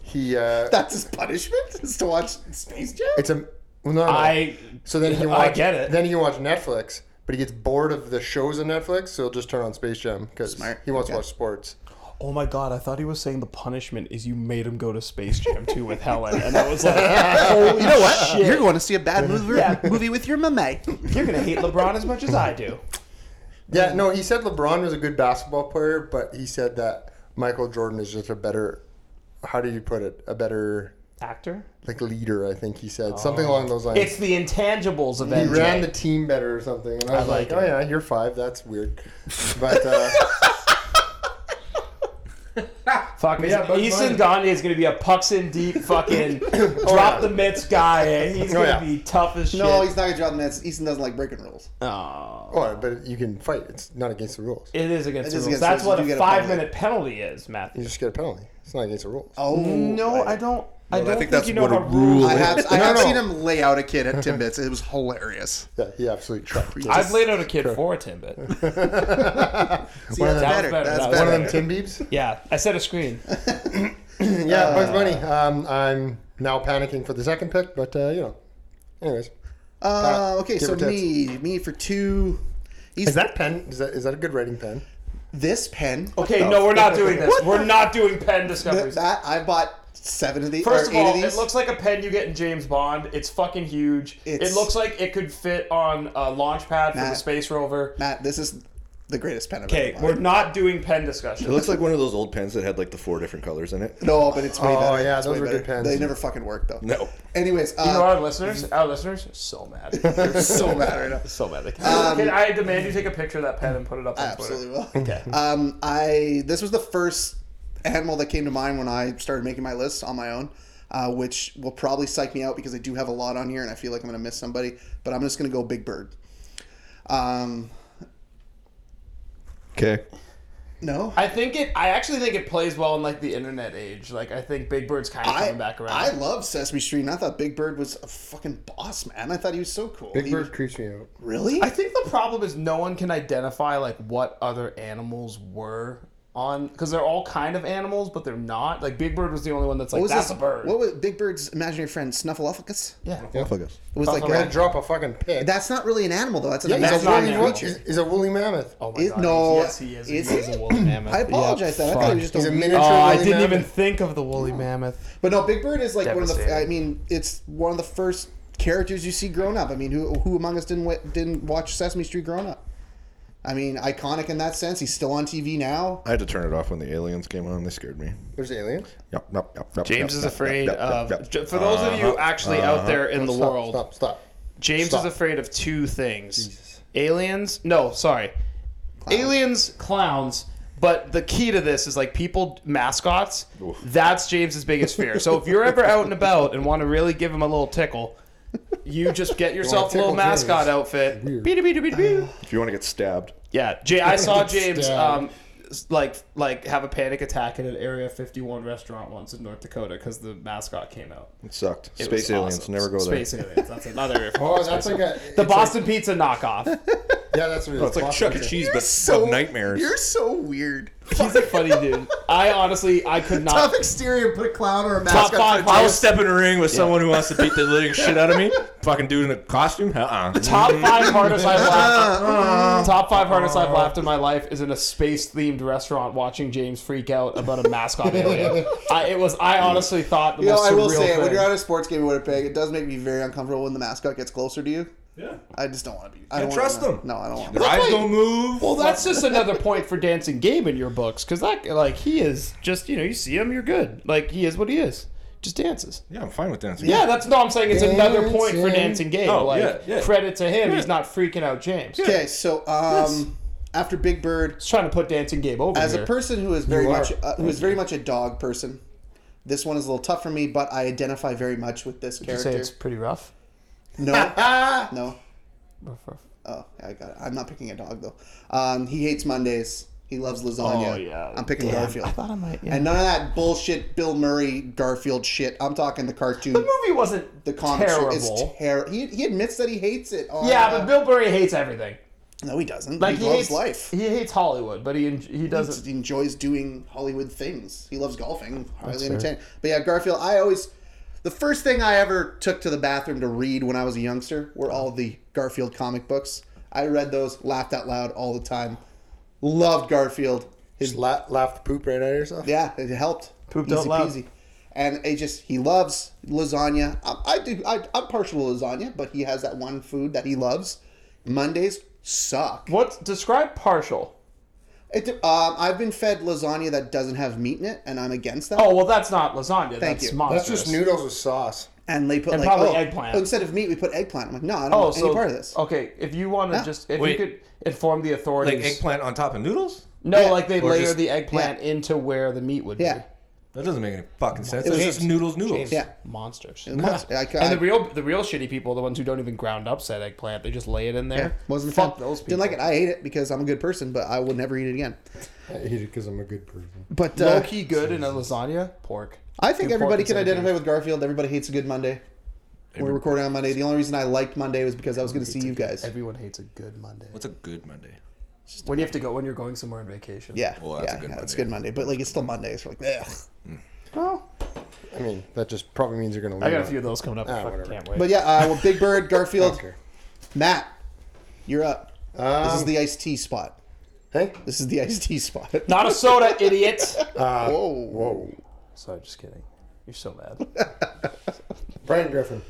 Speaker 4: he uh,
Speaker 3: That's his punishment is to watch Space Jam.
Speaker 4: it's a well, no, no.
Speaker 1: I
Speaker 4: So then he can
Speaker 1: I
Speaker 4: watch.
Speaker 1: get it.
Speaker 4: Then he can watch Netflix, but he gets bored of the shows on Netflix, so he'll just turn on Space Jam because
Speaker 3: Smart.
Speaker 4: he wants
Speaker 3: Okay.
Speaker 4: to watch sports.
Speaker 1: oh my god, I thought he was saying the punishment is you made him go to Space Jam 2 with Helen, and I was like, holy
Speaker 3: you know what?
Speaker 1: shit.
Speaker 3: You're going to see a bad movie,
Speaker 1: Yeah.
Speaker 3: movie with your mame.
Speaker 1: You're gonna hate LeBron as much as I do.
Speaker 4: Yeah, no, he said LeBron was a good basketball player, but he said that Michael Jordan is just a better. How do you put it? A better
Speaker 1: Actor.
Speaker 4: like leader, I think he said something along those lines.
Speaker 1: It's the intangibles of
Speaker 4: he
Speaker 1: MJ.
Speaker 4: ran the team better or something, and I was
Speaker 1: like
Speaker 4: like,
Speaker 1: it.
Speaker 4: "Oh yeah, you're five. That's weird." But uh,
Speaker 1: Fuck,
Speaker 4: Yeah, Bugs
Speaker 1: Easton
Speaker 4: Bunny.
Speaker 1: Gagne is gonna be a pucks in deep fucking drop the mitts guy. eh? He's
Speaker 4: Oh,
Speaker 1: gonna
Speaker 4: yeah.
Speaker 1: be tough as shit.
Speaker 3: No, he's not gonna drop minutes. Easton doesn't like breaking rules.
Speaker 1: Aw.
Speaker 4: oh, but you can fight. It's not against the rules.
Speaker 1: It is against
Speaker 3: It
Speaker 1: the rules.
Speaker 3: is against
Speaker 1: That's
Speaker 3: the
Speaker 1: what
Speaker 3: rules. You
Speaker 1: a
Speaker 3: get a
Speaker 1: five
Speaker 3: penalty.
Speaker 1: minute penalty is, Matthew.
Speaker 4: You just get a penalty. It's not against the rules.
Speaker 3: Oh
Speaker 1: No, I don't. I don't
Speaker 2: I
Speaker 1: think,
Speaker 2: think that's
Speaker 1: you know
Speaker 2: what a
Speaker 1: how
Speaker 2: rule
Speaker 3: I
Speaker 2: is.
Speaker 3: have, I
Speaker 4: No,
Speaker 3: have
Speaker 4: no.
Speaker 3: seen him lay out a kid at Timbits. It was hilarious.
Speaker 4: Yeah, he absolutely tried.
Speaker 1: I've laid out a kid for a Timbit.
Speaker 3: See, that's
Speaker 1: that was better,
Speaker 3: better. That's
Speaker 1: that was
Speaker 4: One
Speaker 3: better.
Speaker 4: of them Tim Beebs.
Speaker 1: Yeah, I set a screen.
Speaker 4: Yeah, Bugs Bunny. Um, I'm now panicking for the second pick, but uh, you know. Anyways,
Speaker 3: Uh, okay,
Speaker 4: Give
Speaker 3: so
Speaker 4: or tits.
Speaker 3: me, me for two. He's
Speaker 4: is that pen? Is that is that a good writing pen?
Speaker 3: this pen?
Speaker 1: Okay, no, we're not doing this. Oh. We're not doing pen discoveries.
Speaker 3: That I bought seven of these.
Speaker 1: First
Speaker 3: or
Speaker 1: of
Speaker 3: eight
Speaker 1: all,
Speaker 3: of these.
Speaker 1: it looks like a pen you get in James Bond. It's fucking huge.
Speaker 3: It's-
Speaker 1: It looks like it could fit on a launch pad for the
Speaker 3: Matt.
Speaker 1: space rover.
Speaker 3: Matt. This is the greatest pen I've
Speaker 1: Okay,
Speaker 3: ever
Speaker 1: we're
Speaker 3: bought.
Speaker 1: not doing pen discussion.
Speaker 2: It looks like one of those old pens that had like the four different colors in it.
Speaker 3: No, but it's way
Speaker 4: Oh,
Speaker 3: better.
Speaker 4: yeah,
Speaker 3: It's
Speaker 4: those
Speaker 3: way
Speaker 4: were
Speaker 3: better.
Speaker 4: good pens.
Speaker 3: They never fucking worked though.
Speaker 2: No.
Speaker 3: Anyways, uh,
Speaker 1: you know our listeners? Our listeners are so mad. They're
Speaker 3: I'm so mad right now.
Speaker 1: so mad. They can't. Can I demand you take a picture of that pen and put it up on
Speaker 3: Um, Absolutely
Speaker 1: Twitter?
Speaker 3: will. Okay. Um, I this was the first animal that came to mind when I started making my list on my own, uh, which will probably psych me out because I do have a lot on here and I feel like I'm going to miss somebody. But I'm just going to go big bird. Um,
Speaker 2: Okay.
Speaker 3: no,
Speaker 1: I think it. I actually think it plays well in like the internet age. Like I think Big Bird's kind of
Speaker 3: I
Speaker 1: coming back around.
Speaker 3: I love Sesame Street. and I thought Big Bird was a fucking boss man. I thought he was so cool.
Speaker 4: Big
Speaker 3: He-
Speaker 4: Bird creeps me out.
Speaker 3: really?
Speaker 1: I think the problem is no one can identify like what other animals were on because they're all kind of animals, but they're not. Like Big Bird was the only one that's like
Speaker 3: was
Speaker 1: that's
Speaker 3: this-
Speaker 1: a bird.
Speaker 3: What was Big Bird's imaginary friend Snuffleupagus?
Speaker 1: yeah,
Speaker 3: It was like
Speaker 4: I'm gonna
Speaker 3: uh,
Speaker 4: drop a fucking pig.
Speaker 3: that's not really an animal though. That's an
Speaker 4: yeah,
Speaker 3: that's
Speaker 4: he's,
Speaker 1: that's
Speaker 4: a
Speaker 1: not
Speaker 4: woolly,
Speaker 1: an
Speaker 4: wo-
Speaker 1: animal.
Speaker 3: creature.
Speaker 4: he's, he's a woolly mammoth.
Speaker 1: Oh my
Speaker 3: Is-
Speaker 1: god.
Speaker 3: no,
Speaker 1: yes, he is.
Speaker 3: is
Speaker 1: he is
Speaker 3: he?
Speaker 1: a woolly mammoth.
Speaker 3: I apologize.
Speaker 1: Yeah,
Speaker 3: though. I thought
Speaker 1: fuck.
Speaker 3: he was just a
Speaker 4: He's a
Speaker 3: weird-
Speaker 4: miniature.
Speaker 1: Oh, I
Speaker 4: woolly
Speaker 1: didn't even
Speaker 4: mammoth.
Speaker 1: think of the woolly mammoth.
Speaker 3: But no, Big Bird is like one of the.
Speaker 1: Devastating.
Speaker 3: I mean, it's one of the first characters you see grown up. I mean, who who among us didn't wa- didn't watch Sesame Street grown up? I mean, iconic in that sense. He's still on TV now.
Speaker 2: I had to turn it off when the aliens came on. They scared me.
Speaker 4: There's aliens.
Speaker 2: Yep, yep, yep, yep,
Speaker 1: James
Speaker 2: yep,
Speaker 1: is
Speaker 2: yep,
Speaker 1: afraid
Speaker 2: yep, yep,
Speaker 1: of.
Speaker 2: yep,
Speaker 1: ju-
Speaker 2: yep.
Speaker 1: For those of you
Speaker 2: Uh-huh.
Speaker 1: actually out there in the
Speaker 4: Stop,
Speaker 1: world,
Speaker 4: Stop. Stop.
Speaker 1: James
Speaker 4: Stop.
Speaker 1: is afraid of two things: aliens. No, sorry, aliens, clowns. But the key to this is like people mascots. That's James's biggest fear. So if you're ever out and about and want to really give him a little tickle, you just get yourself a
Speaker 4: tickle
Speaker 1: little mascot
Speaker 4: James.
Speaker 1: outfit. Beep, beep, beep, beep.
Speaker 2: If you want to get stabbed,
Speaker 1: Yeah, Jay, I saw James
Speaker 4: Stabbed.
Speaker 1: um, s- like like have a panic attack at an Area 51 restaurant once in North Dakota because the mascot came out.
Speaker 2: it sucked.
Speaker 1: It
Speaker 2: Space
Speaker 1: was
Speaker 2: aliens
Speaker 1: awesome.
Speaker 2: never go there.
Speaker 1: Space aliens. That's another. Area
Speaker 4: Oh,
Speaker 1: 51.
Speaker 4: that's like a
Speaker 1: the Boston Pizza knockoff.
Speaker 4: yeah, that's what it is.
Speaker 2: Oh, it's like
Speaker 4: Boston
Speaker 2: Chuck E.
Speaker 4: pizza.
Speaker 2: Cheese, but
Speaker 3: so
Speaker 2: of nightmares.
Speaker 3: You're so weird.
Speaker 1: He's a funny dude. I honestly, I could
Speaker 3: Tough
Speaker 1: not.
Speaker 3: exterior, put a clown or a
Speaker 1: Top
Speaker 3: mascot.
Speaker 1: five.
Speaker 3: for a
Speaker 1: I
Speaker 6: I will
Speaker 1: was-
Speaker 6: step in a ring with someone who wants to beat the living shit out of me. Fucking dude in a costume? Uh-uh.
Speaker 1: Top five hardest I've laughed. top five hardest I've laughed in my life is in a space themed restaurant watching James freak out about a mascot alien. I, it was. I honestly thought the
Speaker 3: You know,
Speaker 1: most
Speaker 3: I will
Speaker 1: surreal
Speaker 3: say,
Speaker 1: thing.
Speaker 3: when you're at a sports game in Winnipeg, it does make me very uncomfortable when the mascot gets closer to you.
Speaker 6: Yeah.
Speaker 3: I just don't want to be. I don't
Speaker 6: Can't trust
Speaker 3: wanna,
Speaker 6: them.
Speaker 3: No, I don't want.
Speaker 6: Their eyes don't move.
Speaker 1: Well, that's just another point for Dancing Game in your books, because that like he is just you know you see him, you're good. Like he is what he is, just dances.
Speaker 6: Yeah, I'm fine with dancing.
Speaker 1: Yeah, that's no. I'm saying it's another point for Dancing
Speaker 4: Dancing.
Speaker 1: Game.
Speaker 6: Oh,
Speaker 1: like
Speaker 6: yeah, yeah.
Speaker 1: credit to him, he's not freaking out James. He's
Speaker 3: Okay, so um, after Big Bird,
Speaker 1: trying to put Dancing Game over
Speaker 3: as
Speaker 1: here.
Speaker 3: a person who is very
Speaker 4: You are.
Speaker 3: much uh, who is very much a dog person, this one is a little tough for me, but I identify very much with this
Speaker 1: you say
Speaker 3: character.
Speaker 1: it's pretty rough.
Speaker 3: No, no.
Speaker 1: Rough, rough.
Speaker 3: Oh, yeah, I got it. I'm not picking a dog though. Um, he hates Mondays. He loves lasagna.
Speaker 1: Oh, yeah.
Speaker 3: I'm picking Garfield.
Speaker 1: I thought I might. Yeah.
Speaker 3: And none of that bullshit Bill Murray Garfield shit. I'm talking the cartoon.
Speaker 1: the movie wasn't
Speaker 3: the comic strip
Speaker 1: terrible.
Speaker 3: is terrible. He, he admits that he hates it. on,
Speaker 1: yeah,
Speaker 3: uh,
Speaker 1: but Bill Murray hates everything.
Speaker 3: no, he doesn't.
Speaker 1: Like
Speaker 3: he,
Speaker 1: he,
Speaker 3: loves
Speaker 1: hates
Speaker 3: life.
Speaker 1: He hates Hollywood, but he en- he doesn't.
Speaker 3: He enjoys doing Hollywood things. He loves golfing. Highly
Speaker 1: fair.
Speaker 3: entertaining. But yeah, Garfield. I always the first thing I ever took to the bathroom to read when I was a youngster were all the Garfield comic books. I read those, laughed out loud all the time. Loved Garfield. His
Speaker 4: Just la- laughed poop right out of yourself.
Speaker 3: Yeah, it helped.
Speaker 1: Pooped out loud.
Speaker 3: And it just he loves lasagna. Um, I, I do. I, I'm partial to lasagna, but he has that one food that he loves. Mondays suck.
Speaker 1: What describe partial?
Speaker 3: It, um, I've been fed lasagna that doesn't have meat in it, and I'm against that.
Speaker 1: Oh well, that's not lasagna.
Speaker 3: Thank
Speaker 1: that's
Speaker 3: you.
Speaker 4: That's
Speaker 1: monstrous.
Speaker 4: just noodles with sauce.
Speaker 3: and they put
Speaker 1: and
Speaker 3: like
Speaker 1: probably
Speaker 3: oh,
Speaker 1: eggplant.
Speaker 3: Instead of meat, we put eggplant. I'm like, no, I don't
Speaker 1: Oh,
Speaker 3: want
Speaker 1: so
Speaker 3: any part of this.
Speaker 1: okay. If you want to
Speaker 3: Yeah.
Speaker 1: just, if
Speaker 6: Wait.
Speaker 1: you could inform the
Speaker 6: Like
Speaker 1: authorities,
Speaker 6: eggplant on top of noodles?
Speaker 1: no,
Speaker 3: Yeah.
Speaker 1: like they
Speaker 6: Or
Speaker 1: layer
Speaker 6: just-
Speaker 1: the eggplant into where the meat would
Speaker 3: Yeah,
Speaker 6: That doesn't make any fucking sense.
Speaker 3: It was
Speaker 6: It's just
Speaker 3: just-
Speaker 6: noodles,
Speaker 1: be.
Speaker 6: noodles.
Speaker 3: Yeah.
Speaker 1: monsters.
Speaker 3: It was- I, I,
Speaker 1: And the real, the real shitty people, are the ones who don't even ground up said eggplant. They just lay it in there.
Speaker 3: wasn't a
Speaker 1: fuck
Speaker 3: fan.
Speaker 1: those people.
Speaker 3: Didn't like it. I ate it because I'm a good person, but I would never eat it again.
Speaker 4: I hate it because I'm a good person.
Speaker 3: But
Speaker 1: Low
Speaker 3: uh,
Speaker 1: key good in a lasagna, pork.
Speaker 3: I think
Speaker 1: Good
Speaker 3: everybody
Speaker 1: pork
Speaker 3: can
Speaker 1: instead of
Speaker 3: identify with Garfield. Everybody hates a good Monday. We're recording on Monday. The only reason I liked Monday was because I was going to see you guys.
Speaker 1: Everyone hates a good Monday.
Speaker 6: What's a good Monday?
Speaker 1: When you have to go, when you're going somewhere on vacation.
Speaker 3: Yeah,
Speaker 6: Well, that's
Speaker 3: yeah,
Speaker 6: a good
Speaker 3: yeah, it's
Speaker 6: Monday.
Speaker 3: good Monday, but like it's still Monday. So like, ugh.
Speaker 4: I mean, that just probably means you're gonna. Leave
Speaker 1: I got a few of those coming up. I
Speaker 4: Ah,
Speaker 1: fucking
Speaker 4: whatever.
Speaker 1: can't wait.
Speaker 3: But yeah, uh, well, Big Bird, Garfield,
Speaker 4: Okay.
Speaker 3: Matt, you're up. this is
Speaker 4: Um,
Speaker 3: the iced tea spot.
Speaker 4: Hey.
Speaker 3: This is the iced tea spot.
Speaker 1: Not a soda, idiot.
Speaker 4: Uh,
Speaker 3: Whoa.
Speaker 4: Whoa.
Speaker 1: Sorry, just kidding. You're so mad.
Speaker 4: Brian Griffin.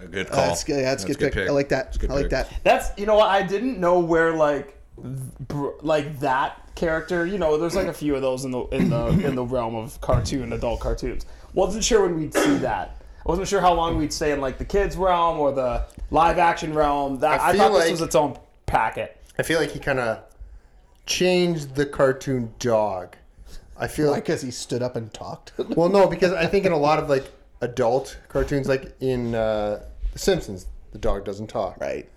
Speaker 6: A good call.
Speaker 3: That's good. That's, a good, pick. I like that.
Speaker 6: That's a good
Speaker 3: I like
Speaker 6: pick.
Speaker 3: that.
Speaker 1: That's you know what I didn't know where like br- like that character you know there's like a few of those in the in the in the realm of cartoon adult cartoons wasn't sure when we'd see that I wasn't sure how long we'd stay in like the kids realm or the live action realm that I,
Speaker 4: I
Speaker 1: thought
Speaker 4: feel
Speaker 1: this
Speaker 4: like-
Speaker 1: was its own packet
Speaker 4: I feel like he kind of changed the cartoon dog. I feel like
Speaker 3: Because he stood up and talked.
Speaker 4: Well, no, because I think in a lot of like adult cartoons, like in uh, The Simpsons, the dog doesn't talk.
Speaker 3: right.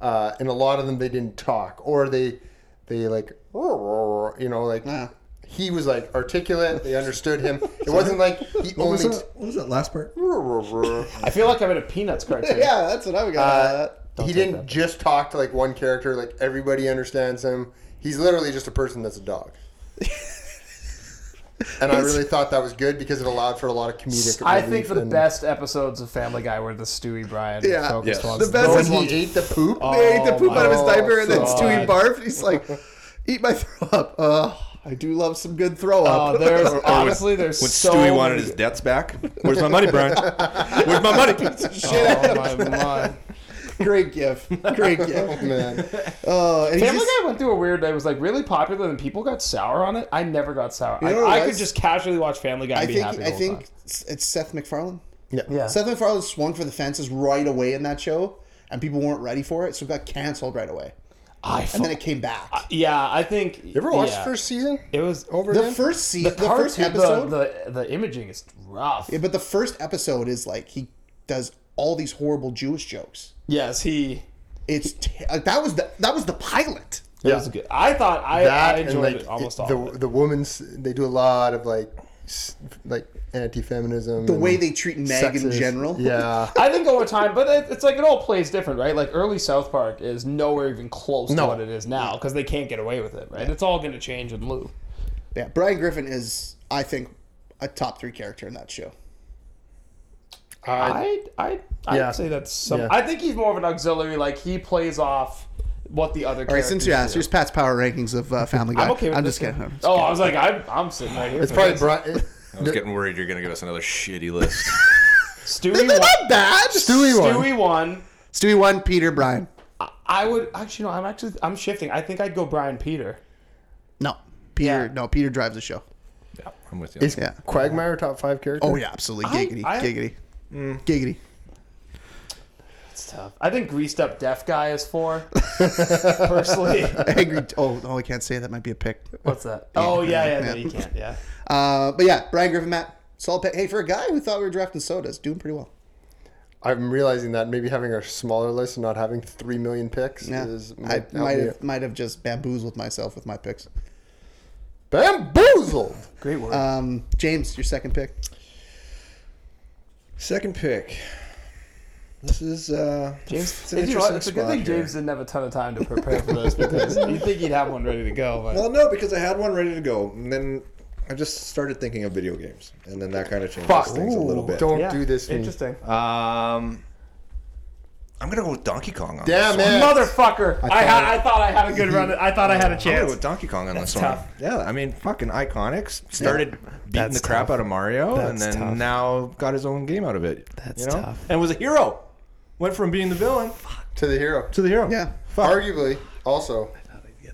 Speaker 4: Uh, in a lot of them, they didn't talk, or they they like you know like
Speaker 3: Yeah.
Speaker 4: he was like articulate. They understood him. It wasn't like he only.
Speaker 5: What was that last part?
Speaker 1: I feel like I'm in a Peanuts cartoon
Speaker 3: Yeah, that's what I got.
Speaker 4: Uh,
Speaker 1: take
Speaker 4: he
Speaker 1: that.
Speaker 4: didn't just talk to like one character. Like everybody understands him. He's literally just a person that's a dog. and I really thought that was good because it allowed for a lot of comedic.
Speaker 1: I
Speaker 4: relief
Speaker 1: think for the
Speaker 4: and-
Speaker 1: best episodes of Family Guy were the Stewie Brian
Speaker 3: Yeah.
Speaker 1: focused
Speaker 2: Yes.
Speaker 1: ones.
Speaker 3: The best
Speaker 1: Those
Speaker 4: When
Speaker 3: is
Speaker 1: ones-
Speaker 4: he ate the poop.
Speaker 3: They ate the
Speaker 1: Oh
Speaker 3: poop
Speaker 1: my
Speaker 3: out of his diaper and then
Speaker 1: God.
Speaker 3: Stewie barfed. And he's like, "Eat my throw up." Uh, I do love some good throw
Speaker 1: Oh,
Speaker 3: up.
Speaker 1: there's honestly there's
Speaker 2: when
Speaker 1: so
Speaker 2: Stewie wanted
Speaker 1: many-
Speaker 2: his debts back, where's my money, Brian? Where's my money?
Speaker 1: Oh my my.
Speaker 3: Great gift. Great gift.
Speaker 4: man.
Speaker 3: Oh, and he
Speaker 1: Family
Speaker 3: just-
Speaker 1: Guy went through a weird. It was like really popular, and people got sour on it. I never got sour.
Speaker 3: know what
Speaker 1: I, I
Speaker 3: it
Speaker 1: could
Speaker 3: was?
Speaker 1: just casually watch Family Guy and
Speaker 3: I
Speaker 1: be
Speaker 3: think
Speaker 1: happy. The
Speaker 3: I
Speaker 1: whole
Speaker 3: think
Speaker 1: time.
Speaker 3: it's Seth MacFarlane.
Speaker 4: Yeah.
Speaker 3: Seth MacFarlane swung for the fences right away in that show, and people weren't ready for it, so it got canceled right away.
Speaker 6: I
Speaker 3: and then
Speaker 6: fuck.
Speaker 3: it came back.
Speaker 1: Yeah, I think.
Speaker 4: You ever watched
Speaker 1: yeah.
Speaker 4: first season?
Speaker 1: It was
Speaker 4: Over
Speaker 3: the
Speaker 4: again?
Speaker 3: first season, the,
Speaker 1: part-
Speaker 3: first episode,
Speaker 1: The, the, the imaging is rough.
Speaker 3: yeah, but the first episode is like he does all these horrible Jewish jokes.
Speaker 1: yes, he.
Speaker 3: It's te- like, that was the that was the pilot.
Speaker 1: It was good. I thought I, I enjoyed it almost all.
Speaker 4: the
Speaker 1: of it.
Speaker 4: the women's they do a lot of like s- like anti-feminism.
Speaker 3: The way they treat Meg in general.
Speaker 4: Yeah.
Speaker 1: I think over time, but it, it's like it all plays different, right? Like early South Park is nowhere even close to what it is now
Speaker 3: Mm.
Speaker 1: because they can't get away with it, right? It's all going to change in lieu.
Speaker 3: Yeah, Brian Griffin is, I think, a top three character in that show.
Speaker 1: I I I'd
Speaker 4: Yeah.
Speaker 1: say that's some.
Speaker 4: Yeah.
Speaker 1: I think he's more of an auxiliary. Like he plays off what the other.
Speaker 3: All right, since you asked,
Speaker 1: do.
Speaker 3: here's Pat's power rankings of uh, Family Guy.
Speaker 1: I'm okay with
Speaker 3: I'm
Speaker 1: this
Speaker 3: just kidding.
Speaker 1: one. Oh, I was like, I'm, I'm sitting right here.
Speaker 4: it's
Speaker 1: for
Speaker 4: probably
Speaker 1: this.
Speaker 4: Brian.
Speaker 6: I was getting worried you're going to give us another shitty list.
Speaker 1: Stewie.
Speaker 3: They're
Speaker 1: won-
Speaker 3: not bad.
Speaker 4: Stewie one.
Speaker 1: Stewie won.
Speaker 3: Stewie one, Peter, Brian.
Speaker 1: I would actually no. I'm actually I'm shifting. I think I'd go Brian Peter.
Speaker 3: No, Peter.
Speaker 1: Yeah.
Speaker 3: No, Peter drives the show.
Speaker 6: yeah, I'm with you.
Speaker 4: Is
Speaker 3: Yeah.
Speaker 4: Quagmire top five character?
Speaker 3: Oh yeah, absolutely.
Speaker 1: I-
Speaker 3: Giggity,
Speaker 1: I- Mm.
Speaker 3: giggity, giggity.
Speaker 1: It's tough. I think greased up deaf guy is four. Personally,
Speaker 3: Angry. Oh, oh, I can't say that. Might be a pick.
Speaker 1: what's that? Oh yeah, yeah, no, you can't. Yeah,
Speaker 3: Uh, but yeah, Brian Griffin, Matt, solid pick. Hey, for a guy who thought we were drafting sodas, doing pretty well.
Speaker 4: I'm realizing that maybe having a smaller list and not having three million picks
Speaker 3: Yeah,
Speaker 4: is
Speaker 3: I
Speaker 4: might help
Speaker 3: might
Speaker 4: me.
Speaker 3: have might have just bamboozled myself with my picks.
Speaker 4: bamboozled.
Speaker 1: great work.
Speaker 3: Um, James, your second pick.
Speaker 2: Second pick. This is uh,
Speaker 1: James,
Speaker 2: it's an
Speaker 1: you know what?
Speaker 2: interesting
Speaker 1: It's a good
Speaker 2: spot
Speaker 1: thing
Speaker 2: here.
Speaker 1: James didn't have a ton of time to prepare for this because you'd think he'd have one ready to go. But
Speaker 2: Well, no, because I had one ready to go, and then I just started thinking of video games, and then that kind of changes
Speaker 1: Fuck.
Speaker 2: things a little
Speaker 1: Ooh,
Speaker 2: bit.
Speaker 4: Don't
Speaker 1: Yeah.
Speaker 4: do this. to me.
Speaker 1: Interesting,
Speaker 6: Um, I'm gonna go with Donkey Kong on this
Speaker 4: Damn
Speaker 6: one.
Speaker 4: it.
Speaker 1: motherfucker! I, had I thought I had a good run. I thought I had a
Speaker 6: I'm gonna go
Speaker 1: chance.
Speaker 6: with Donkey Kong on
Speaker 1: That's
Speaker 6: this
Speaker 1: tough.
Speaker 6: one. Yeah, I mean, fucking Iconics started beating
Speaker 1: That's
Speaker 6: the crap
Speaker 1: tough.
Speaker 6: out of Mario, and
Speaker 1: That's
Speaker 6: then
Speaker 1: tough.
Speaker 6: now got his own game out of it.
Speaker 1: That's
Speaker 6: you know?
Speaker 1: tough.
Speaker 6: And was a hero. Went from being the villain
Speaker 4: to the hero.
Speaker 6: to the hero.
Speaker 3: Yeah.
Speaker 4: Arguably, also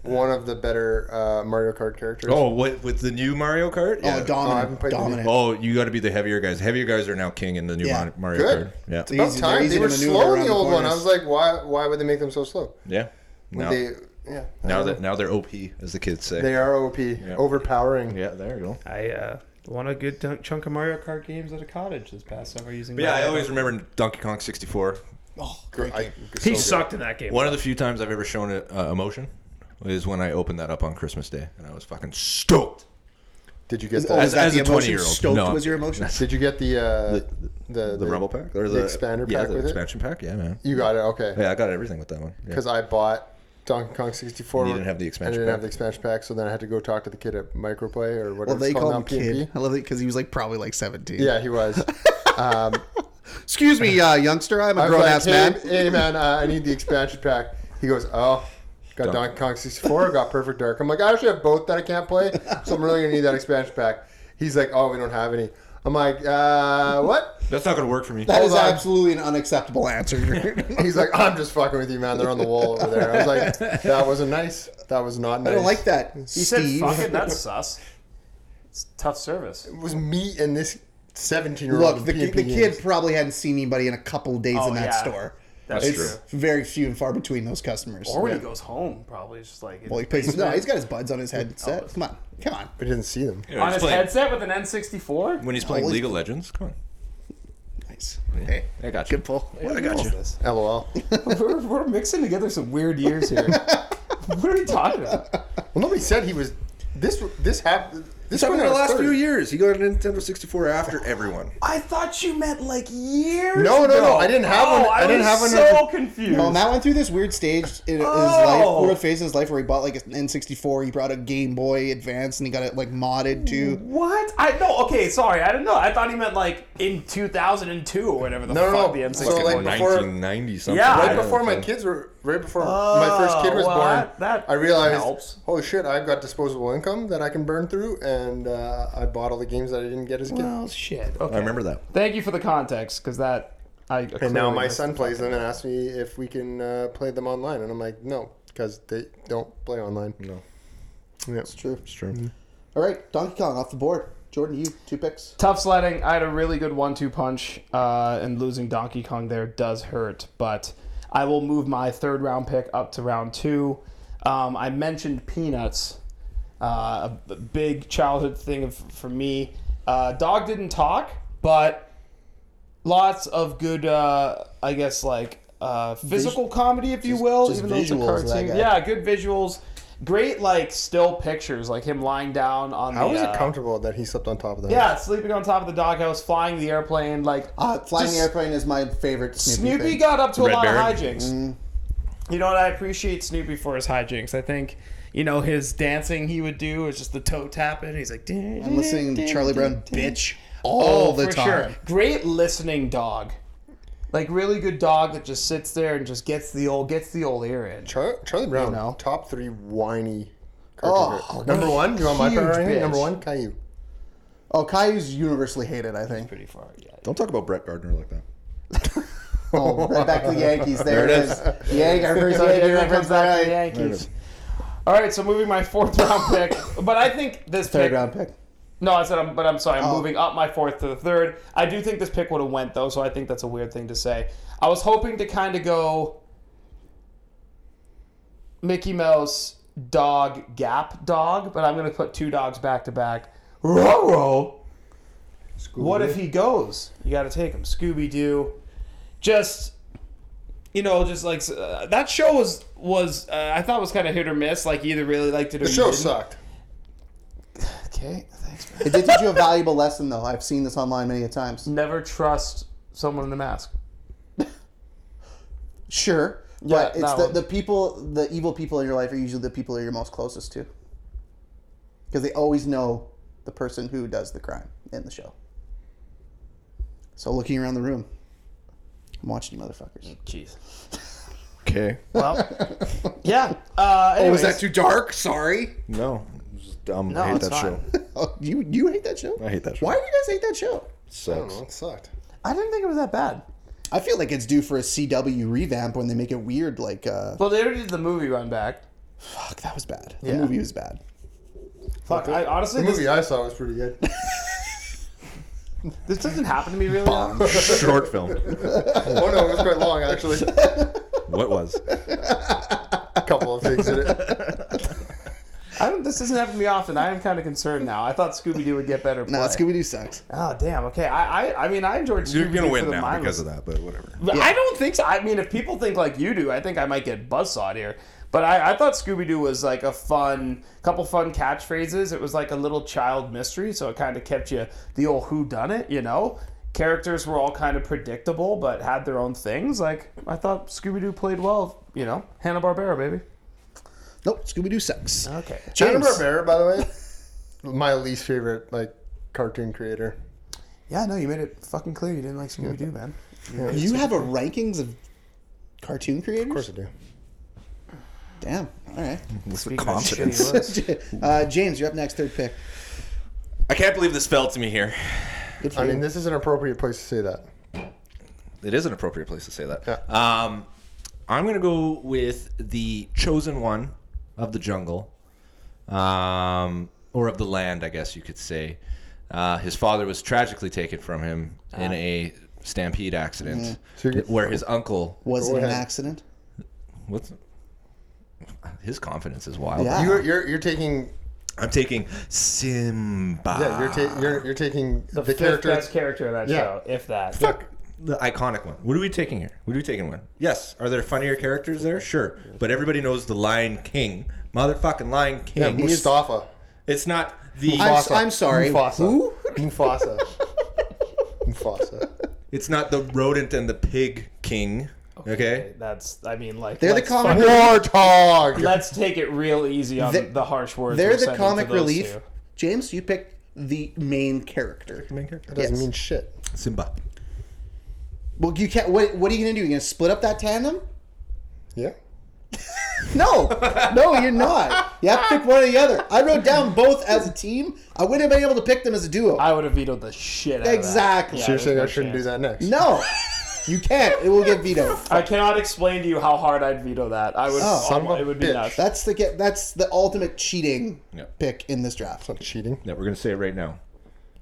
Speaker 4: one of the better uh, Mario Kart characters.
Speaker 6: Oh, what with the new Mario Kart?
Speaker 3: Oh,
Speaker 4: Oh, I
Speaker 3: dominant,
Speaker 4: haven't played the new-
Speaker 3: dominant.
Speaker 6: Oh, you got to be the heavier guys. Heavier guys are now king in the new
Speaker 3: Yeah.
Speaker 6: Mon- Mario
Speaker 4: Good.
Speaker 6: Kart. Yeah,
Speaker 3: It's
Speaker 4: About
Speaker 3: easy-
Speaker 4: time
Speaker 3: they're easy
Speaker 4: they
Speaker 3: to
Speaker 4: were
Speaker 3: maneuver
Speaker 4: slow in
Speaker 3: around
Speaker 4: the old one. I
Speaker 3: corners.
Speaker 4: was like, why? Why would they make them so slow?
Speaker 6: yeah. Now,
Speaker 4: They, yeah.
Speaker 6: now that now they're OP, as the kids say.
Speaker 4: They are OP, overpowering.
Speaker 6: yeah, there you go.
Speaker 1: I uh, won a good dunk- chunk of Mario Kart games at a cottage this past summer using.
Speaker 6: But yeah,
Speaker 1: my- uh,
Speaker 6: I always remember Donkey Kong 64.
Speaker 3: Oh,
Speaker 4: Great game.
Speaker 1: he sucked in that game.
Speaker 6: One of the few times I've ever shown uh, emotion is when I opened that up on Christmas Day, and I was fucking stoked.
Speaker 4: Did you get
Speaker 3: Oh,
Speaker 4: the?
Speaker 3: was
Speaker 6: As-
Speaker 3: that
Speaker 6: as
Speaker 3: the
Speaker 6: a
Speaker 3: emotion?
Speaker 6: 20-year-old,
Speaker 3: Stoked
Speaker 6: no.
Speaker 3: was your emotion.
Speaker 4: Did you get the uh, the, the,
Speaker 6: The Rumble Pack or
Speaker 4: the,
Speaker 6: the,
Speaker 4: expander
Speaker 6: yeah,
Speaker 4: pack
Speaker 6: the
Speaker 4: with it?
Speaker 6: expansion pack. Yeah, man.
Speaker 4: You got it. Okay.
Speaker 6: Yeah, I got everything with that one. Yeah.
Speaker 4: because I bought Donkey Kong 64.
Speaker 6: You didn't have the expansion
Speaker 4: I didn't
Speaker 6: pack.
Speaker 4: have the expansion pack, so then I had to go talk to the kid at Microplay or whatever
Speaker 3: Well, they
Speaker 4: it's
Speaker 3: called
Speaker 4: called
Speaker 3: him
Speaker 4: now,
Speaker 3: kid.
Speaker 4: PNP.
Speaker 3: I love it because he was like probably like 17.
Speaker 4: Yeah, he was. um,
Speaker 3: Excuse me, uh, youngster. I'm
Speaker 4: I
Speaker 3: a
Speaker 4: was
Speaker 3: grown
Speaker 4: like,
Speaker 3: ass
Speaker 4: hey,
Speaker 3: man.
Speaker 4: Hey man, uh, I need the expansion pack. He goes, oh. Got
Speaker 6: Dunk.
Speaker 4: Donkey Kong 64, got Perfect Dark. I'm like, I actually have both that I can't play, so I'm really gonna need that expansion pack. He's like, oh, we don't have any. I'm like, uh, what?
Speaker 6: That's not gonna work for me.
Speaker 3: That is
Speaker 4: hold on.
Speaker 3: absolutely an unacceptable answer.
Speaker 4: He's like, I'm just fucking with you, man. They're on the wall over there. I was like, that wasn't nice. That was not nice.
Speaker 3: I don't like that.
Speaker 1: he said,
Speaker 3: Steve.
Speaker 1: "Fucking that's sus." It's tough service.
Speaker 4: It was me and this 17 year old.
Speaker 3: Look, the, ki- the kid probably hadn't seen anybody in a couple of days
Speaker 1: Oh,
Speaker 3: in that
Speaker 1: yeah.
Speaker 3: store.
Speaker 1: That's
Speaker 6: It's-
Speaker 1: true.
Speaker 3: Very few and far between those customers.
Speaker 1: Or when he
Speaker 3: Yeah.
Speaker 1: goes home, probably it's just like
Speaker 3: Well, he plays. No, he's got his buds on his headset. come on, come on.
Speaker 4: I didn't see them.
Speaker 6: You know,
Speaker 1: on
Speaker 6: he's
Speaker 1: his
Speaker 6: playing-
Speaker 1: headset with an N64.
Speaker 6: when he's playing
Speaker 3: Always-
Speaker 6: League of Legends. Come on,
Speaker 3: Nice. Hey,
Speaker 6: I got you.
Speaker 3: good pull.
Speaker 6: I got you.
Speaker 4: LOL. well,
Speaker 1: we're, we're mixing together some weird years here. what are we talking about?
Speaker 4: nobody said he was. This this happened. This
Speaker 2: It's happened in
Speaker 4: went
Speaker 2: the
Speaker 4: on
Speaker 2: last
Speaker 4: third.
Speaker 2: few years. He got a Nintendo 64 after everyone.
Speaker 1: I thought you meant like years.
Speaker 4: No, no, no,
Speaker 1: ago.
Speaker 4: I didn't have
Speaker 1: oh,
Speaker 4: one- I didn't
Speaker 1: was
Speaker 4: have one
Speaker 1: So
Speaker 4: with-
Speaker 1: confused.
Speaker 3: Well, Um, Matt went through this weird stage in his
Speaker 1: Oh.
Speaker 3: life, weird phase in his life where he bought like an N64. He brought a Game Boy Advance and he got it like modded too.
Speaker 1: what? I no. Okay, sorry. I didn't know. I thought he meant like in 2002 or whatever the
Speaker 4: No, no,
Speaker 1: fuck
Speaker 4: no.
Speaker 1: the N64.
Speaker 4: So, like,
Speaker 1: was.
Speaker 4: before-
Speaker 6: 1990 something.
Speaker 1: Yeah.
Speaker 4: Right
Speaker 1: I
Speaker 4: before my kids were, right before
Speaker 1: Oh,
Speaker 4: my first kid was
Speaker 1: well,
Speaker 4: born,
Speaker 1: that- that
Speaker 4: I realized,
Speaker 1: helps.
Speaker 4: holy shit, I've got disposable income that I can burn through, and uh, I bought all the games that I didn't get as a kid.
Speaker 1: oh shit. Okay.
Speaker 6: I remember that.
Speaker 1: Thank you for the context, because that I.
Speaker 4: and now my son plays them and asks me if we can uh, play them online, and I'm like, no, because they don't play online. No,
Speaker 3: It's true.
Speaker 6: It's true.
Speaker 3: All right, Donkey Kong off the board. Jordan, you two picks.
Speaker 1: Tough sledding. I had a really good one-two punch, uh, and losing Donkey Kong there does hurt. But I will move my third round pick up to round two. Um, I mentioned Peanuts, uh, a b- big childhood thing of, for me. Uh, Dog didn't talk, but lots of good, uh, I guess, like uh, physical comedy, if you will,
Speaker 3: just
Speaker 1: even though it's a
Speaker 3: visuals, that
Speaker 1: cartoon.
Speaker 3: guy.
Speaker 1: Yeah, good visuals. Great, like still pictures, like him lying down on
Speaker 4: How
Speaker 1: the.
Speaker 4: was
Speaker 1: uh,
Speaker 4: it comfortable that he slept on top of that?
Speaker 1: Yeah, sleeping on top of the doghouse, flying the airplane, like
Speaker 3: Uh, flying
Speaker 1: just-
Speaker 3: the airplane is my favorite Snoopy.
Speaker 1: Snoopy
Speaker 3: thing.
Speaker 1: got up to
Speaker 6: Red
Speaker 1: a lot
Speaker 6: Baron?
Speaker 1: of hijinks.
Speaker 3: Mm.
Speaker 1: You know what? I appreciate Snoopy for his hijinks. I think, you know, his dancing he would do was just the toe tapping. He's like,
Speaker 3: I'm listening to Charlie Brown bitch all
Speaker 1: Oh,
Speaker 3: the
Speaker 1: for
Speaker 3: time.
Speaker 1: sure. Great listening dog. Like really good dog that just sits there and just gets the old gets the old ear in.
Speaker 4: Char- Charlie Brown,
Speaker 1: You know.
Speaker 4: top three whiny.
Speaker 3: Oh,
Speaker 4: cartoon characters. number one. You want my
Speaker 3: huge
Speaker 4: power ranking?
Speaker 3: bitch.
Speaker 4: Number one, Caillou.
Speaker 3: Oh, Caillou's universally hated, I think.
Speaker 1: Pretty far. Yeah.
Speaker 2: Don't talk about Brett Gardner like that.
Speaker 3: Oh, right back to the Yankees. There,
Speaker 2: There it
Speaker 3: it is. Yankee, everybody's
Speaker 1: Sorry,
Speaker 3: Yankee
Speaker 1: here comes
Speaker 3: reference.
Speaker 1: back to the
Speaker 3: Right.
Speaker 1: Yankees. All right, so moving my fourth round pick, but I think this
Speaker 3: Third
Speaker 1: pick,
Speaker 3: round pick.
Speaker 1: No, I said, I'm, but I'm sorry. I'm
Speaker 4: Oh.
Speaker 1: moving up my fourth to the third. I do think this pick would have went though, so I think that's a weird thing to say. I was hoping to kind of go Mickey Mouse dog gap dog, but I'm gonna put two dogs back to back. Roro. What if he goes? You got to take him. Scooby Doo. Just you know, just like uh, that show was was uh, I thought was kind of hit or miss. Like you either really liked it or
Speaker 4: The
Speaker 1: you
Speaker 4: show
Speaker 1: didn't.
Speaker 4: sucked.
Speaker 1: Okay, thanks. man.
Speaker 3: It did teach you a valuable lesson, though. I've seen this online many a times.
Speaker 1: never trust someone in a mask.
Speaker 3: Sure.
Speaker 1: Yeah,
Speaker 3: But it's
Speaker 1: that
Speaker 3: the,
Speaker 1: one.
Speaker 3: the people, the evil people in your life are usually the people you're most closest to. Because they always know the person who does the crime in the show. So looking around the room, I'm watching you motherfuckers.
Speaker 1: Jeez.
Speaker 2: Okay.
Speaker 1: Well, yeah. Uh, anyways,
Speaker 2: too dark? Sorry. No. It's just dumb. I hate
Speaker 1: it's
Speaker 2: that
Speaker 1: fine.
Speaker 2: show.
Speaker 3: Oh, you you hate that show?
Speaker 2: I hate that show.
Speaker 3: Why do you guys hate that show?
Speaker 2: It
Speaker 4: I don't know.
Speaker 2: sucks.
Speaker 4: It sucked.
Speaker 1: I didn't think it was that bad.
Speaker 3: I feel like it's due for a CW revamp when they make it weird. Like, uh,
Speaker 1: Well, they already did the movie run back.
Speaker 3: fuck, that was bad. The
Speaker 1: Yeah.
Speaker 3: movie was bad.
Speaker 1: Fuck, I honestly,
Speaker 4: The movie
Speaker 1: this,
Speaker 4: I saw was pretty good.
Speaker 1: this doesn't happen to me really. often.
Speaker 2: Short film.
Speaker 4: oh no, it was quite long actually.
Speaker 2: What was?
Speaker 4: A couple of things in it.
Speaker 1: I don't, this doesn't happen to me often. I am kind of concerned now. I thought Scooby Doo would get better.
Speaker 3: No,
Speaker 1: play.
Speaker 3: Scooby Doo sucks.
Speaker 1: Oh damn. Okay. I, I, I mean, I enjoyed.
Speaker 2: You're
Speaker 1: Scooby-Doo
Speaker 2: gonna
Speaker 1: for
Speaker 2: win
Speaker 1: the
Speaker 2: now
Speaker 1: mindless-
Speaker 2: because of that, but whatever.
Speaker 1: But I don't think so. I mean, if people think like you do, I think I might get buzzsawed here. But I, I thought Scooby Doo was like a fun couple fun catchphrases. It was like a little child mystery, so it kind of kept you the old who done it, you know. Characters were all kind of predictable, but had their own things. Like I thought Scooby Doo played well, you know. Hanna Barbera, baby.
Speaker 3: Nope, Scooby Doo sucks.
Speaker 1: Okay.
Speaker 4: Hanna
Speaker 3: James.
Speaker 4: Barbera, by the way, my least favorite like cartoon creator.
Speaker 1: Yeah, no, you made it fucking clear you didn't like Scooby Doo, man.
Speaker 3: You have a rankings of cartoon creators?
Speaker 4: Of course I do.
Speaker 3: Damn. All right.
Speaker 2: With
Speaker 1: Speaking of
Speaker 2: confidence.
Speaker 1: shitty lists.
Speaker 3: Uh, James, you're up next, third pick.
Speaker 6: I can't believe this fell to me here.
Speaker 3: Good for
Speaker 4: I
Speaker 3: you.
Speaker 4: mean, this is an appropriate place to say that.
Speaker 6: It is an appropriate place to say that.
Speaker 4: Yeah.
Speaker 6: Um, I'm gonna go with the chosen one of the jungle, um, or of the land, I guess you could say. Uh, his father was tragically taken from him in a stampede accident,
Speaker 4: Ah. Mm-hmm. So you're-
Speaker 6: where his uncle
Speaker 3: was it an
Speaker 4: ahead.
Speaker 3: accident?
Speaker 6: what's his confidence is wild.
Speaker 3: Yeah.
Speaker 4: You're you're, you're taking
Speaker 6: I'm taking Simba.
Speaker 4: yeah you're,
Speaker 6: Ah.
Speaker 4: ta- you're you're taking the,
Speaker 1: The, character,
Speaker 4: character.
Speaker 1: best character in that
Speaker 4: Yeah.
Speaker 1: show, if that.
Speaker 6: Fuck. The iconic one. What are we taking here? What are we taking one? Yes. Are there funnier characters there? Sure. But everybody knows the Lion King. Motherfucking Lion
Speaker 4: Yeah,
Speaker 6: King.
Speaker 4: Mustafa.
Speaker 6: it's not the
Speaker 3: I'm s- I'm sorry.
Speaker 4: Mufasa.
Speaker 3: Who?
Speaker 4: Mufasa. Mufasa.
Speaker 6: it's not the rodent and the pig king. Okay.
Speaker 1: That's. I mean, like
Speaker 3: They're the
Speaker 1: let's
Speaker 3: comic
Speaker 1: fucking-
Speaker 4: Warthog.
Speaker 1: Let's take it real easy on
Speaker 3: They-
Speaker 1: the, harsh words.
Speaker 3: They're
Speaker 1: we're
Speaker 3: the
Speaker 1: sending
Speaker 3: comic
Speaker 1: to those
Speaker 3: relief.
Speaker 1: two.
Speaker 3: James, you picked the main character.
Speaker 6: Main character.
Speaker 4: Doesn't
Speaker 3: Yes.
Speaker 4: mean shit.
Speaker 6: Simba.
Speaker 3: Well, you can't. What, what are you gonna do? You gonna split up that tandem?
Speaker 4: Yeah.
Speaker 3: No, no, you're not. You have to pick one or the other. I wrote down both as a team. I wouldn't have been able to pick them as a duo.
Speaker 1: I would have vetoed the shit out
Speaker 3: Exactly.
Speaker 1: of that.
Speaker 3: So
Speaker 4: You're
Speaker 1: there's
Speaker 4: saying
Speaker 1: no
Speaker 4: I shouldn't do
Speaker 1: chance.
Speaker 4: that next.
Speaker 3: no, you can't. It will get vetoed.
Speaker 1: I cannot explain to you how hard I'd veto that. I would.
Speaker 3: Oh.
Speaker 4: Son of a
Speaker 1: it would be
Speaker 4: bitch.
Speaker 1: nuts.
Speaker 3: That's the get. That's the ultimate cheating
Speaker 6: Yeah.
Speaker 3: pick in this draft.
Speaker 4: Not cheating.
Speaker 6: That we're gonna say it right now.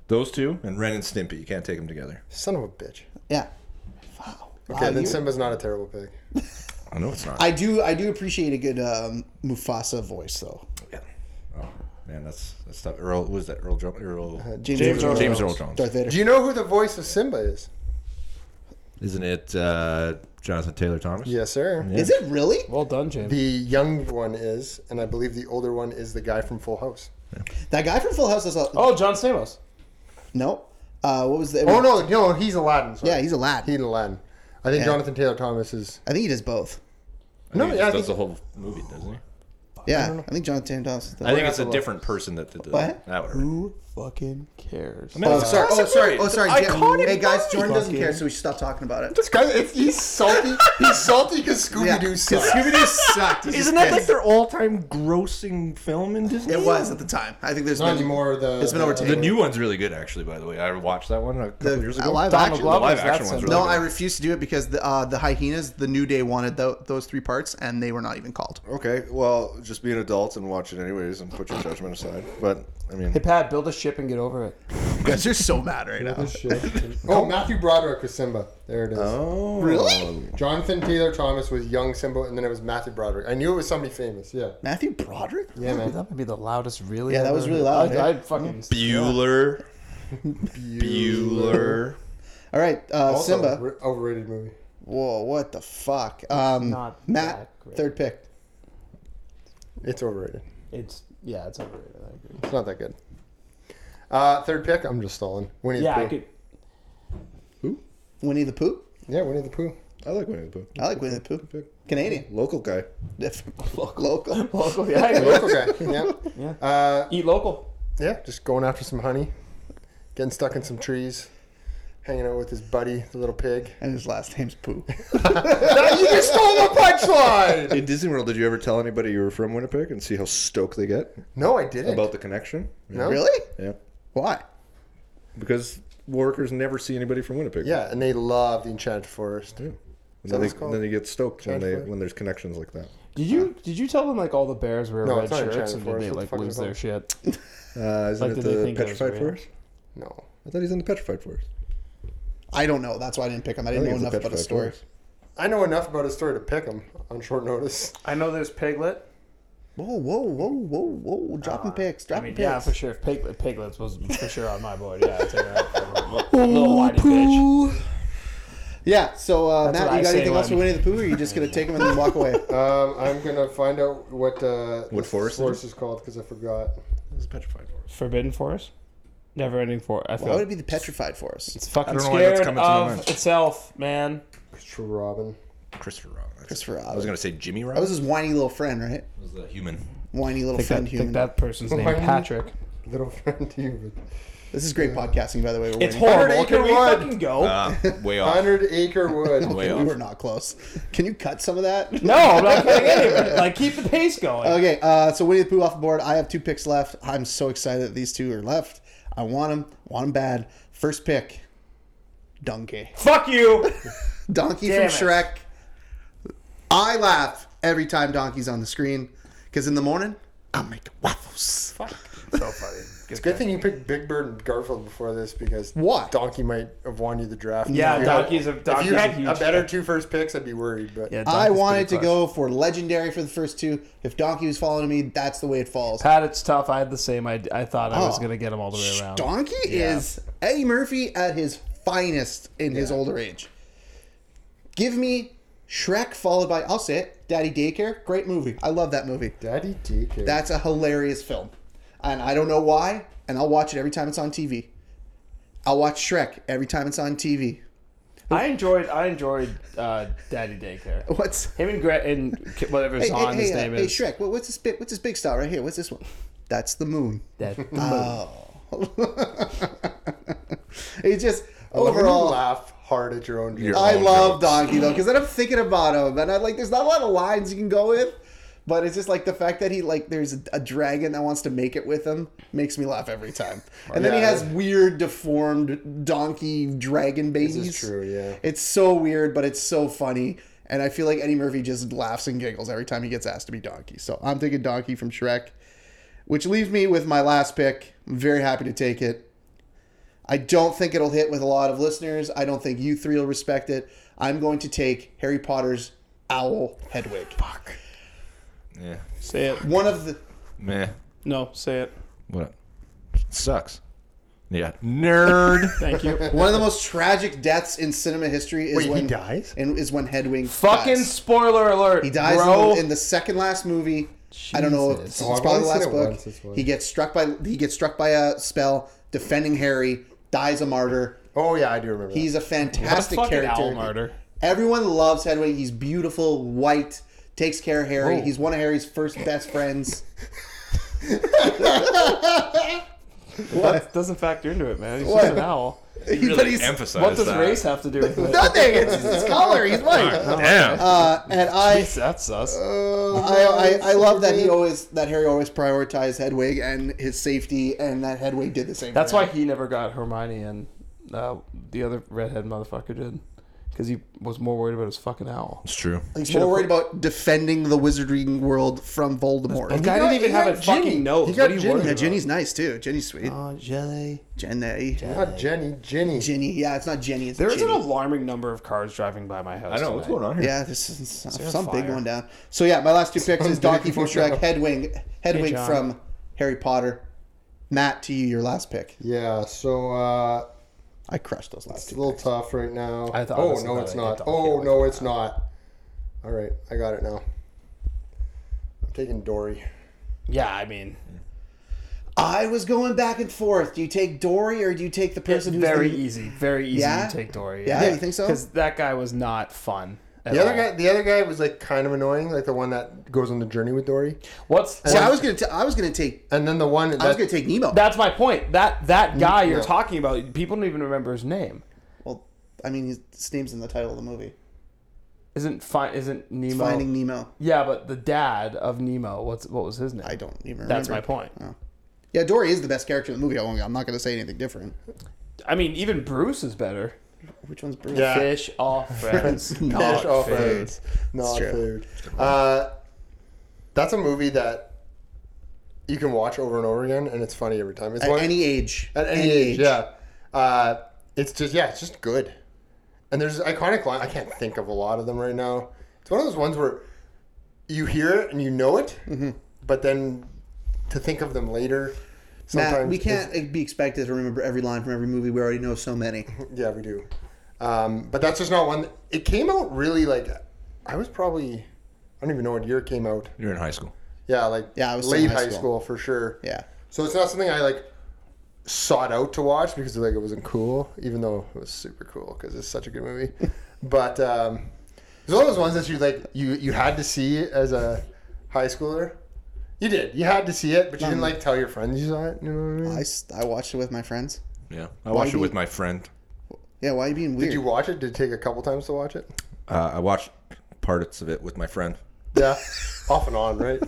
Speaker 6: Those two and Ren and Stimpy. You can't take them together.
Speaker 4: Son of a bitch.
Speaker 3: Yeah.
Speaker 4: Okay,
Speaker 3: Wow,
Speaker 4: then
Speaker 3: Ah, you-
Speaker 4: Simba's not a terrible pig.
Speaker 6: I know Oh, it's not.
Speaker 3: I do. I do appreciate a good um, Mufasa voice, though.
Speaker 6: yeah. Oh man, that's that's tough. Earl, what is that? Earl Jones. Earl.
Speaker 3: Uh, James,
Speaker 1: James
Speaker 3: Earl
Speaker 1: Earl
Speaker 6: James Earl
Speaker 1: Jones.
Speaker 6: Jones.
Speaker 3: Darth Vader.
Speaker 4: Do you know who the voice of Simba is?
Speaker 6: Isn't it uh, Jonathan Taylor Thomas?
Speaker 4: Yes, sir.
Speaker 3: Is it really?
Speaker 1: Well done, James.
Speaker 4: The young one is, and I believe the older one is the guy from Full House.
Speaker 3: That guy from Full House is a,
Speaker 1: Oh, John Stamos.
Speaker 3: no. Uh, what was the?
Speaker 4: Oh no, no, he's Aladdin. Sorry.
Speaker 3: Yeah, he's a lad.
Speaker 4: he's Aladdin. I think
Speaker 3: Yeah.
Speaker 4: Jonathan Taylor Thomas is.
Speaker 3: I think he does both.
Speaker 6: I
Speaker 4: No,
Speaker 6: think he
Speaker 4: yeah, I
Speaker 6: just does
Speaker 4: think-
Speaker 6: the whole movie, doesn't he?
Speaker 3: Yeah, I, think Jonathan Thomas. Is the
Speaker 6: I think it's a different person that did the,
Speaker 3: What?
Speaker 6: that. Whatever.
Speaker 1: Who fucking cares?
Speaker 6: mean,
Speaker 3: Oh,
Speaker 6: it's a
Speaker 3: sorry.
Speaker 6: classic
Speaker 3: Oh, sorry.
Speaker 6: movie.
Speaker 3: Oh,
Speaker 6: It's
Speaker 3: sorry.
Speaker 6: an
Speaker 3: Jim-
Speaker 6: iconic
Speaker 3: Hey guys,
Speaker 6: movie.
Speaker 3: Jordan doesn't
Speaker 1: Fucking-
Speaker 3: care, so we should stop talking about it.
Speaker 4: This guy, if he's salty. he's salty because
Speaker 3: Yeah.
Speaker 4: Scooby Doo sucks.
Speaker 3: Scooby Doo sucked. He's just
Speaker 6: Isn't that like
Speaker 3: pissed.
Speaker 6: their all-time grossing film in Disney?
Speaker 3: It was at the time. I think there's
Speaker 4: Not
Speaker 3: been-
Speaker 4: anymore. The
Speaker 3: It's been overtaken.
Speaker 6: The new one's really good, actually. By the way, I watched that one a couple
Speaker 3: The
Speaker 6: years ago.
Speaker 3: live
Speaker 1: Donald
Speaker 3: action.
Speaker 6: the
Speaker 1: Glover's
Speaker 6: live
Speaker 1: that
Speaker 6: action one's
Speaker 1: simple.
Speaker 6: really
Speaker 3: No,
Speaker 6: good.
Speaker 3: I refused to do it because the uh, the hyenas, the New Day wanted tho- those three parts, and they were not even called.
Speaker 2: Okay, well, just be an adult and watch it anyways, and put your judgment aside. But I mean,
Speaker 1: Hey Pat, build a ship and get over it.
Speaker 3: You guys are so mad right now.
Speaker 4: oh, Matthew Broderick was Simba. There it is.
Speaker 2: oh,
Speaker 3: Really?
Speaker 4: Jonathan Taylor Thomas was young Simba, and then it was Matthew Broderick. I knew it was somebody famous. Yeah.
Speaker 3: Matthew Broderick?
Speaker 4: Yeah, man.
Speaker 1: That might be the loudest, really.
Speaker 3: Yeah, that was really loud,
Speaker 1: I,
Speaker 3: eh?
Speaker 1: I
Speaker 4: Mm-hmm.
Speaker 1: fucking.
Speaker 6: Bueller. Bueller.
Speaker 3: All right, uh,
Speaker 4: Also,
Speaker 3: Simba.
Speaker 4: re- overrated movie.
Speaker 3: Whoa, what the fuck? Um,
Speaker 1: not
Speaker 3: Matt,
Speaker 1: that great.
Speaker 3: third pick.
Speaker 4: It's overrated.
Speaker 1: It's yeah, it's overrated. I agree.
Speaker 4: It's not that good. Uh, third pick. I'm just stalling. Winnie
Speaker 1: Yeah,
Speaker 4: the
Speaker 1: I
Speaker 4: Pooh.
Speaker 1: could.
Speaker 3: Winnie the Pooh.
Speaker 4: Yeah, Winnie the Pooh.
Speaker 2: I like Winnie the Pooh.
Speaker 3: I like Winnie the Pooh. Canadian.
Speaker 2: Local guy.
Speaker 3: Local. Local.
Speaker 1: Local, yeah, I agree.
Speaker 4: Local guy. Yeah.
Speaker 1: Yeah.
Speaker 4: Uh,
Speaker 1: Eat local.
Speaker 4: yeah. Just going after some honey, getting stuck in some trees, hanging out with his buddy, the little pig.
Speaker 3: And his last name's Pooh.
Speaker 4: you just stole the punchline.
Speaker 2: In Disney World, did you ever tell anybody you were from Winnipeg and see how stoked they get
Speaker 4: No, I didn't.
Speaker 2: about the connection? Yeah.
Speaker 4: no.
Speaker 3: really?
Speaker 2: Yeah.
Speaker 3: Why?
Speaker 2: Because workers never see anybody from Winnipeg.
Speaker 4: Yeah, and they love the Enchanted Forest.
Speaker 2: Yeah. And then,
Speaker 4: that
Speaker 2: they,
Speaker 4: what it's called?
Speaker 2: then they get stoked when, they,
Speaker 4: Transfer?
Speaker 2: when there's connections like that.
Speaker 1: Did you did you tell them like all the bears wear
Speaker 4: No,
Speaker 1: red
Speaker 4: it's not in
Speaker 1: shirts
Speaker 4: China
Speaker 1: and did
Speaker 4: for us.
Speaker 1: they
Speaker 4: What the
Speaker 1: like
Speaker 4: fuck
Speaker 1: lose
Speaker 4: is it
Speaker 1: their
Speaker 4: called?
Speaker 1: shit?
Speaker 2: Uh, isn't
Speaker 1: Like,
Speaker 2: it
Speaker 1: did they
Speaker 2: the
Speaker 1: think it was
Speaker 2: Petrified
Speaker 1: real?
Speaker 2: Forest?
Speaker 4: No.
Speaker 2: I thought he's in the Petrified Forest.
Speaker 3: I don't know. That's why I didn't pick him. I
Speaker 2: I
Speaker 3: didn't
Speaker 2: think
Speaker 3: know
Speaker 2: it's the
Speaker 3: enough about his
Speaker 2: Petrified
Speaker 3: story.
Speaker 2: Forest.
Speaker 4: I know enough about his story to pick him on short notice.
Speaker 1: I know there's Piglet.
Speaker 3: Whoa, whoa, whoa, whoa, whoa. Dropping picks.
Speaker 1: Uh, I
Speaker 3: Dropping
Speaker 1: mean,
Speaker 3: picks.
Speaker 1: yeah, for sure. If Piglet, Piglets was for sure on my board. Yeah, I'd take that. Little whiny bitch.
Speaker 3: Yeah, so uh,
Speaker 1: That's
Speaker 3: Matt,
Speaker 1: what
Speaker 3: you
Speaker 1: I
Speaker 3: got
Speaker 1: say
Speaker 3: anything else for
Speaker 1: when-
Speaker 3: Winnie the Pooh, or are you just going to take him and then walk away?
Speaker 4: Um, I'm gonna find out what uh,
Speaker 2: What
Speaker 4: this
Speaker 2: forest is it?
Speaker 4: forest is called because I forgot.
Speaker 2: It was Petrified Forest.
Speaker 1: Forbidden Forest. Never ending for. I feel.
Speaker 3: Why would it be the petrified forest?
Speaker 1: it's fucking
Speaker 6: I don't know why that's
Speaker 1: scared
Speaker 6: coming to my
Speaker 1: of
Speaker 6: mind.
Speaker 1: itself, man.
Speaker 4: Christopher Robin.
Speaker 6: Christopher Robin.
Speaker 3: Christopher
Speaker 6: I was
Speaker 3: Robin.
Speaker 6: gonna say Jimmy Robin.
Speaker 3: uh, That was his whiny little friend, right?
Speaker 6: was the human.
Speaker 3: Whiny little
Speaker 1: Think
Speaker 3: friend
Speaker 1: that,
Speaker 3: human.
Speaker 1: think that person's name
Speaker 4: Why-
Speaker 1: Patrick.
Speaker 4: Little friend to you.
Speaker 3: This is great podcasting, by the way. We're
Speaker 1: It's
Speaker 3: winning.
Speaker 1: horrible. Can we
Speaker 4: Wood.
Speaker 1: fucking go?
Speaker 6: Uh, way off.
Speaker 4: Hundred Acre Wood.
Speaker 6: Way
Speaker 3: We
Speaker 6: off.
Speaker 3: were not close. Can you cut some of that?
Speaker 1: no, I'm not cutting any of it. Like keep the pace going.
Speaker 3: Okay, uh, so Winnie the Pooh off the board. I have two picks left. I'm so excited that these two are left. I want them. Want them bad. First pick, Donkey.
Speaker 1: Fuck you.
Speaker 3: Donkey
Speaker 1: Damn it.
Speaker 3: from Shrek. I laugh every time Donkey's on the screen because in the morning, I'll make waffles.
Speaker 1: so funny.
Speaker 4: It's a good thing you picked Big Bird and Garfield before this because
Speaker 3: Why?
Speaker 4: Donkey might have won you the draft.
Speaker 1: Yeah,
Speaker 4: If you
Speaker 1: Donkey's a-
Speaker 4: Had, if
Speaker 1: Donkey's
Speaker 4: you
Speaker 1: a
Speaker 4: had
Speaker 1: huge
Speaker 4: a better
Speaker 1: pick.
Speaker 4: two first picks, I'd be worried. But
Speaker 3: I wanted to go for legendary for the first two. If Donkey was following me, that's the way it falls.
Speaker 1: Pat, it's tough. I had the same. I, I thought I was
Speaker 3: Oh.
Speaker 1: gonna get him all the way around.
Speaker 3: Donkey
Speaker 1: Yeah.
Speaker 3: is Eddie Murphy at his finest in his older age. Give me Shrek followed by I'll say it, Daddy Daycare. Great movie. I love that movie.
Speaker 4: Daddy DK.
Speaker 3: That's a hilarious film. And I don't know why, and I'll watch it every time it's on TV. I'll watch Shrek every time it's on TV.
Speaker 1: I enjoyed. I enjoyed uh, Daddy Daycare.
Speaker 3: What's
Speaker 1: Him and Gret and Ki- whatever
Speaker 3: Oh. Hey,
Speaker 1: song
Speaker 3: hey,
Speaker 1: his
Speaker 3: hey, uh,
Speaker 1: name
Speaker 3: hey
Speaker 1: is.
Speaker 3: Shrek, what, what's this big what's this big star right here? What's this one? That's the moon.
Speaker 1: That,
Speaker 3: It's just
Speaker 4: overall
Speaker 3: overall
Speaker 4: laugh hard at your own. joke.
Speaker 3: I
Speaker 6: own
Speaker 3: love Donkey though, because then I'm thinking about him, and I like. There's not a lot of lines you can go with, but it's just like the fact that he like there's a, a dragon that wants to make it with him makes me laugh every time. And then he
Speaker 4: Yeah.
Speaker 3: has weird deformed donkey dragon babies.
Speaker 4: true, yeah.
Speaker 3: It's so weird, but it's so funny. And I feel like Eddie Murphy just laughs and giggles every time he gets asked to be Donkey. So I'm thinking Donkey from Shrek, which leaves me with my last pick. I'm very happy to take it. I don't think it'll hit with a lot of listeners. I don't think you three will respect it. I'm going to take Harry Potter's Owl Hedwig. Fuck.
Speaker 6: Yeah.
Speaker 1: Say it.
Speaker 3: One of the
Speaker 6: Meh.
Speaker 1: No, say it.
Speaker 6: What? Sucks. Yeah. Nerd.
Speaker 1: Thank you.
Speaker 3: one of the most tragic deaths in cinema history is
Speaker 4: Wait, he
Speaker 3: when
Speaker 4: dies?
Speaker 3: and is when Hedwig
Speaker 1: Fucking
Speaker 3: dies.
Speaker 1: spoiler alert.
Speaker 3: He dies in
Speaker 1: bro.
Speaker 3: the, in the second last movie. I don't know. It's,
Speaker 5: Oh,
Speaker 3: it's
Speaker 5: I've
Speaker 3: probably the
Speaker 5: only
Speaker 3: last
Speaker 5: seen it
Speaker 3: book.
Speaker 5: once, that's why.
Speaker 3: he gets struck by he gets struck by a spell, defending Harry, dies a martyr.
Speaker 4: Oh yeah, I do remember.
Speaker 3: He's a fantastic
Speaker 1: fucking
Speaker 3: character.
Speaker 1: owl martyr.
Speaker 3: Everyone loves Hedwig. He's beautiful, white, takes care of Harry. He's one of Harry's first best friends.
Speaker 1: That doesn't factor into it, man. He's
Speaker 3: What?
Speaker 1: just an owl.
Speaker 3: But he's-
Speaker 6: emphasize
Speaker 1: What does
Speaker 6: that.
Speaker 1: race have to do with it?
Speaker 3: nothing. It's his color. He's white.
Speaker 6: Damn.
Speaker 3: Uh, and I,
Speaker 1: That's us.
Speaker 3: Oh, I, I, I love that he always that Harry always prioritized Hedwig and his safety, and that Hedwig did the same.
Speaker 1: That's
Speaker 3: for
Speaker 1: why
Speaker 3: him.
Speaker 1: he never got Hermione and uh, the other redhead motherfucker did. Because he was more worried about his fucking owl.
Speaker 6: it's true.
Speaker 3: he's more worried about defending the wizarding world from Voldemort.
Speaker 1: The guy didn't even have a fucking nose.
Speaker 4: He got
Speaker 1: what are you
Speaker 4: Ginny.
Speaker 1: worried
Speaker 3: Yeah,
Speaker 1: about?
Speaker 3: Jenny's nice too. Jenny's sweet.
Speaker 1: Oh, jelly.
Speaker 3: Jenny.
Speaker 4: not Jenny, Ginny.
Speaker 3: Jenny. Yeah, it's not Jenny. It's
Speaker 1: There is an
Speaker 3: Ginny.
Speaker 1: alarming number of cars driving by my house.
Speaker 6: I know what's
Speaker 1: tonight.
Speaker 6: going on here.
Speaker 3: Yeah, this is
Speaker 1: there
Speaker 3: some big
Speaker 1: fire?
Speaker 3: one down. So yeah, my last two picks is Donkey from Shrek, Hedwig, Hedwig
Speaker 1: John.
Speaker 3: from Harry Potter. Matt, to you, your last pick.
Speaker 4: Yeah, so uh,
Speaker 3: I crushed those last
Speaker 4: it's a
Speaker 3: two.
Speaker 4: little tough right now.
Speaker 1: I thought
Speaker 4: oh
Speaker 1: this
Speaker 4: no,
Speaker 1: was
Speaker 4: it's
Speaker 1: another
Speaker 4: not.
Speaker 1: good topic.
Speaker 4: Oh
Speaker 1: I
Speaker 4: no, it's not. All right, I got it now. I'm taking Dory.
Speaker 1: Yeah, I mean,
Speaker 3: I was going back and forth. Do you take Dory or do you take the
Speaker 1: it's
Speaker 3: person who's
Speaker 1: very
Speaker 3: the-
Speaker 1: easy. Very easy
Speaker 3: Yeah?
Speaker 1: to take Dory.
Speaker 3: Yeah, you think so?
Speaker 1: Because that guy was not fun. at
Speaker 4: The other
Speaker 1: all.
Speaker 4: guy, the other guy was like kind of annoying, like the one that goes on the journey with Dory,
Speaker 1: What's
Speaker 3: See, I was gonna, t- I was gonna take,
Speaker 4: and then the one that
Speaker 3: I was gonna take Nemo.
Speaker 1: That's my point. That
Speaker 3: Mm,
Speaker 1: that guy you're
Speaker 4: yeah.
Speaker 1: talking about, people don't even remember his name.
Speaker 3: well, I mean, his, his name's in the title of the movie.
Speaker 1: Isn't fi- isn't Nemo?
Speaker 3: Finding Nemo.
Speaker 1: yeah, but the dad of Nemo. What's what was his name?
Speaker 3: I don't even. remember. Oh.
Speaker 1: That's my point.
Speaker 3: Yeah, Dory is the best character in the movie. I won't- I'm not gonna say anything different.
Speaker 1: I mean, even Bruce is better.
Speaker 3: Which one's Bruce?
Speaker 4: Yeah.
Speaker 1: Fish all friends,
Speaker 4: Fish
Speaker 1: not
Speaker 4: off
Speaker 1: food.
Speaker 4: roads, not
Speaker 3: true.
Speaker 4: food. Uh, that's a movie that you can watch over and over again, and it's funny every time. It's
Speaker 3: At
Speaker 4: one-
Speaker 3: any age.
Speaker 4: at any, age, yeah. Uh, it's just yeah, it's just good. And there's iconic line. I can't think of a lot of them right now. It's one of those ones where you hear it and you know it,
Speaker 3: Mm-hmm.
Speaker 4: but then to think of them later. Sometimes
Speaker 3: Matt, we
Speaker 4: is-
Speaker 3: can't be expected to remember every line from every movie. We already know so many.
Speaker 4: Yeah, we do. Um, but that's just not one. It came out really like I was probably I don't even know what year it came out.
Speaker 6: You're in high school.
Speaker 4: Yeah, like
Speaker 3: Yeah, I was still
Speaker 4: late
Speaker 3: in
Speaker 4: high
Speaker 3: high
Speaker 4: school.
Speaker 3: school
Speaker 4: for sure.
Speaker 3: Yeah.
Speaker 4: So it's not something I like sought out to watch because like it wasn't cool, even though it was super cool because it's such a good movie. but um, it's one of those ones that you like you you had to see as a high schooler. You did. You had to see it, but you didn't like tell your friends you saw it. You know what I mean?
Speaker 3: Um, I, s- I watched it with my friends.
Speaker 6: Yeah. I watched
Speaker 3: do
Speaker 6: it with
Speaker 3: you-
Speaker 6: my friend.
Speaker 3: Yeah, why are you being weird?
Speaker 4: Did you watch it? Did it take a couple times to watch it?
Speaker 6: Uh, I watched parts of it with my friend.
Speaker 4: Yeah, off and on, right?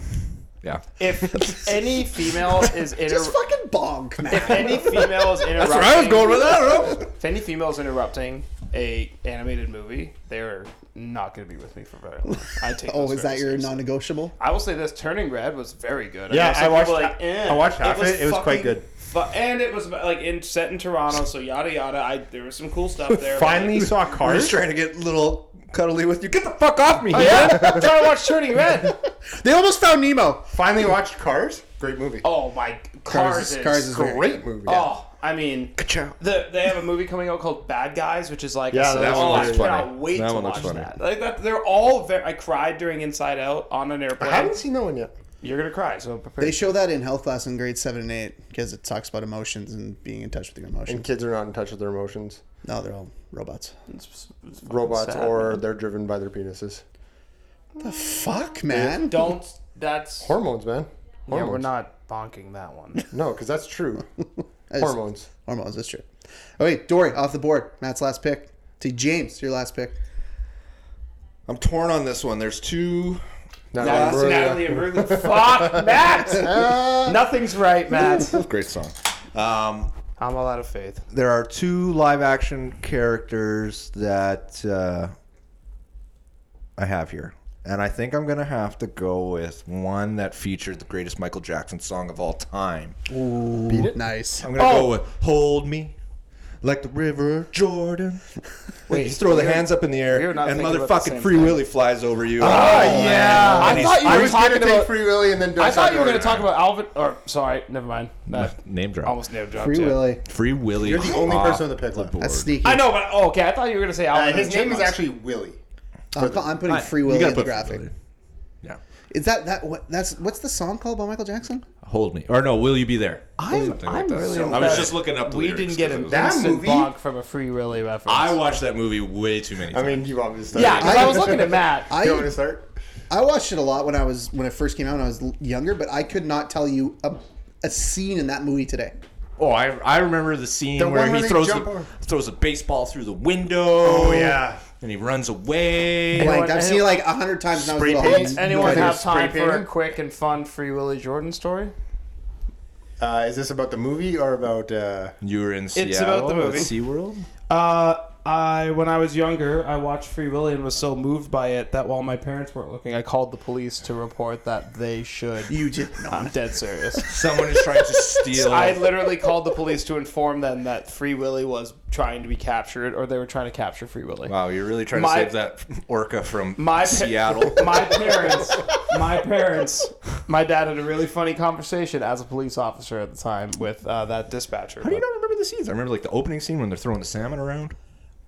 Speaker 6: Yeah.
Speaker 1: If any female is inter-
Speaker 3: Just fucking bonk,
Speaker 1: if
Speaker 3: Matt.
Speaker 1: any female is interrupting,
Speaker 6: with that, bro.
Speaker 1: If any female is interrupting a animated movie, they're not going to be with me for very long. I take.
Speaker 3: oh,
Speaker 1: those
Speaker 3: is that
Speaker 1: very
Speaker 3: your
Speaker 1: seriously.
Speaker 3: non-negotiable?
Speaker 1: I will say this: Turning Red was very good.
Speaker 7: Yeah,
Speaker 1: know some
Speaker 7: I watched
Speaker 1: people are
Speaker 7: ha- I watched half of it. It was quite
Speaker 1: fucking
Speaker 7: good.
Speaker 1: fu- and it was like in set in Toronto, so yada yada. I there was some cool stuff there. but-
Speaker 7: Finally saw
Speaker 6: I'm just
Speaker 7: cars.
Speaker 6: trying to get a little cuddly with you. Get the fuck off me.
Speaker 1: yeah, I'm trying to watch Turning Red.
Speaker 3: They almost found Nemo.
Speaker 4: Finally watched Cars. Great movie.
Speaker 1: Oh my, Cars, is,
Speaker 3: Cars is very-
Speaker 4: Great movie.
Speaker 1: Oh, I mean, the, they have a movie coming out called Bad Guys, which is like, yeah,
Speaker 4: that
Speaker 1: oh,
Speaker 4: one
Speaker 1: I
Speaker 4: looks
Speaker 1: cannot
Speaker 6: funny.
Speaker 1: wait
Speaker 6: That
Speaker 1: to
Speaker 6: one
Speaker 1: watch
Speaker 6: looks funny.
Speaker 1: that. Like that, they're all very. I cried during Inside Out on an airplane.
Speaker 4: I haven't seen that one yet.
Speaker 1: You're gonna cry, so prepare.
Speaker 3: They show that in health class in grade seven and eight because it talks about emotions and being in touch with your
Speaker 4: And
Speaker 3: emotions.
Speaker 4: kids are not in touch with their emotions.
Speaker 3: No, they're all robots.
Speaker 1: It's- it's fucking
Speaker 4: Robots,
Speaker 1: sad,
Speaker 4: or
Speaker 1: man.
Speaker 4: they're driven by their penises.
Speaker 3: Fuck, man.
Speaker 1: don't. That's
Speaker 4: Hormones, man.
Speaker 1: yeah.
Speaker 4: Hormones.
Speaker 1: We're not bonking that one.
Speaker 4: No, because that's true.
Speaker 3: That's-
Speaker 4: Hormones.
Speaker 3: Hormones. That's true. Oh wait, Dory off the board. Matt's last pick. To James, your last pick.
Speaker 6: I'm torn on this one. There's two.
Speaker 4: Not
Speaker 1: That's
Speaker 4: really.
Speaker 1: Natalie Imbruglia. Fuck Matt. Nothing's right, Matt.
Speaker 6: Great song. Um,
Speaker 1: I'm all out of faith.
Speaker 6: there are two live action characters that uh, I have here. And I think I'm going to have to go with one that featured the greatest Michael Jackson song of all time.
Speaker 3: Nice.
Speaker 6: I'm going to go with Hold Me like the river Jordan. Wait, just throw the hands up in the air,
Speaker 1: we were not
Speaker 6: and
Speaker 1: thinking about the
Speaker 6: motherfucking
Speaker 1: same
Speaker 6: Free
Speaker 1: thing.
Speaker 6: Willy flies over you. Oh,
Speaker 1: Oh, yeah. I
Speaker 6: And he's-
Speaker 1: thought you
Speaker 4: I
Speaker 1: were
Speaker 4: was going
Speaker 1: talking
Speaker 4: to take
Speaker 1: about.
Speaker 4: Free Willy and then.
Speaker 1: I thought you were going to talk about Alvin. Or sorry, never mind. That
Speaker 6: Name drop.
Speaker 1: almost nailed job.
Speaker 3: Free
Speaker 1: too.
Speaker 3: Willie.
Speaker 6: Free Willy.
Speaker 4: You're the
Speaker 1: Ah.
Speaker 4: only person on the pick left.
Speaker 3: That's sneaky.
Speaker 1: I know, but oh, okay. I thought you were going to say Alvin.
Speaker 4: Uh,
Speaker 1: and
Speaker 4: his
Speaker 1: the
Speaker 4: name is
Speaker 1: Chipmunks.
Speaker 4: actually Willy.
Speaker 3: I'm, pu- I'm putting Free Willy in the graphic.
Speaker 6: Yeah.
Speaker 3: Is that that what? That's what's the song called by Michael Jackson?
Speaker 6: Hold me. Or no, will you be there?
Speaker 1: I'm,
Speaker 6: Something like
Speaker 1: I'm
Speaker 6: that.
Speaker 1: really.
Speaker 6: I was
Speaker 1: impressed.
Speaker 6: just looking up the
Speaker 1: We didn't
Speaker 6: lyrics
Speaker 1: get
Speaker 6: 'cause it
Speaker 1: an
Speaker 6: was-
Speaker 4: That
Speaker 1: instant
Speaker 4: movie?
Speaker 1: bonk from a Free Willy reference.
Speaker 6: I watched that movie way too many
Speaker 4: I
Speaker 6: times.
Speaker 4: mean, you obviously.
Speaker 1: yeah, 'cause I,
Speaker 3: I-
Speaker 1: was looking at Matt.
Speaker 4: You want
Speaker 3: I
Speaker 4: me to start?
Speaker 3: I watched it a lot when I was when it first came out when I was l- younger, but I could not tell you a, a scene in that movie today.
Speaker 6: oh, I, I remember the scene
Speaker 4: The
Speaker 6: where
Speaker 4: one
Speaker 6: he
Speaker 4: where they
Speaker 6: throws
Speaker 4: jump
Speaker 6: a,
Speaker 4: over.
Speaker 6: throws a baseball through the window.
Speaker 4: Oh yeah.
Speaker 6: And he runs away.
Speaker 1: Anyone-
Speaker 3: Like I've seen it like a hundred times when I was
Speaker 6: Spray
Speaker 3: little.
Speaker 6: paint?
Speaker 3: I had
Speaker 1: Anyone
Speaker 3: no
Speaker 1: have
Speaker 3: idea.
Speaker 1: time for a
Speaker 4: painter?
Speaker 1: quick and fun Free Willy Jordan story?
Speaker 4: Uh, is this about the movie or about? Uh,
Speaker 6: You were in Seattle.
Speaker 1: about the movie.
Speaker 6: At SeaWorld?
Speaker 1: Uh, I when I was younger, I watched Free Willy and was so moved by it that while my parents weren't looking, I called the police to report that they should.
Speaker 3: You did not.
Speaker 1: I'm dead serious.
Speaker 6: Someone is trying to steal.
Speaker 1: I literally called the police to inform them that Free Willy was trying to be captured, or they were trying to capture Free Willy.
Speaker 6: Wow, you're really trying
Speaker 1: My-
Speaker 6: to save that orca from
Speaker 1: My pa-
Speaker 6: Seattle.
Speaker 1: my parents, my parents, my dad had a really funny conversation as a police officer at the time with uh, that dispatcher.
Speaker 6: How do you not remember the scenes? I remember like the opening scene when they're throwing the salmon around.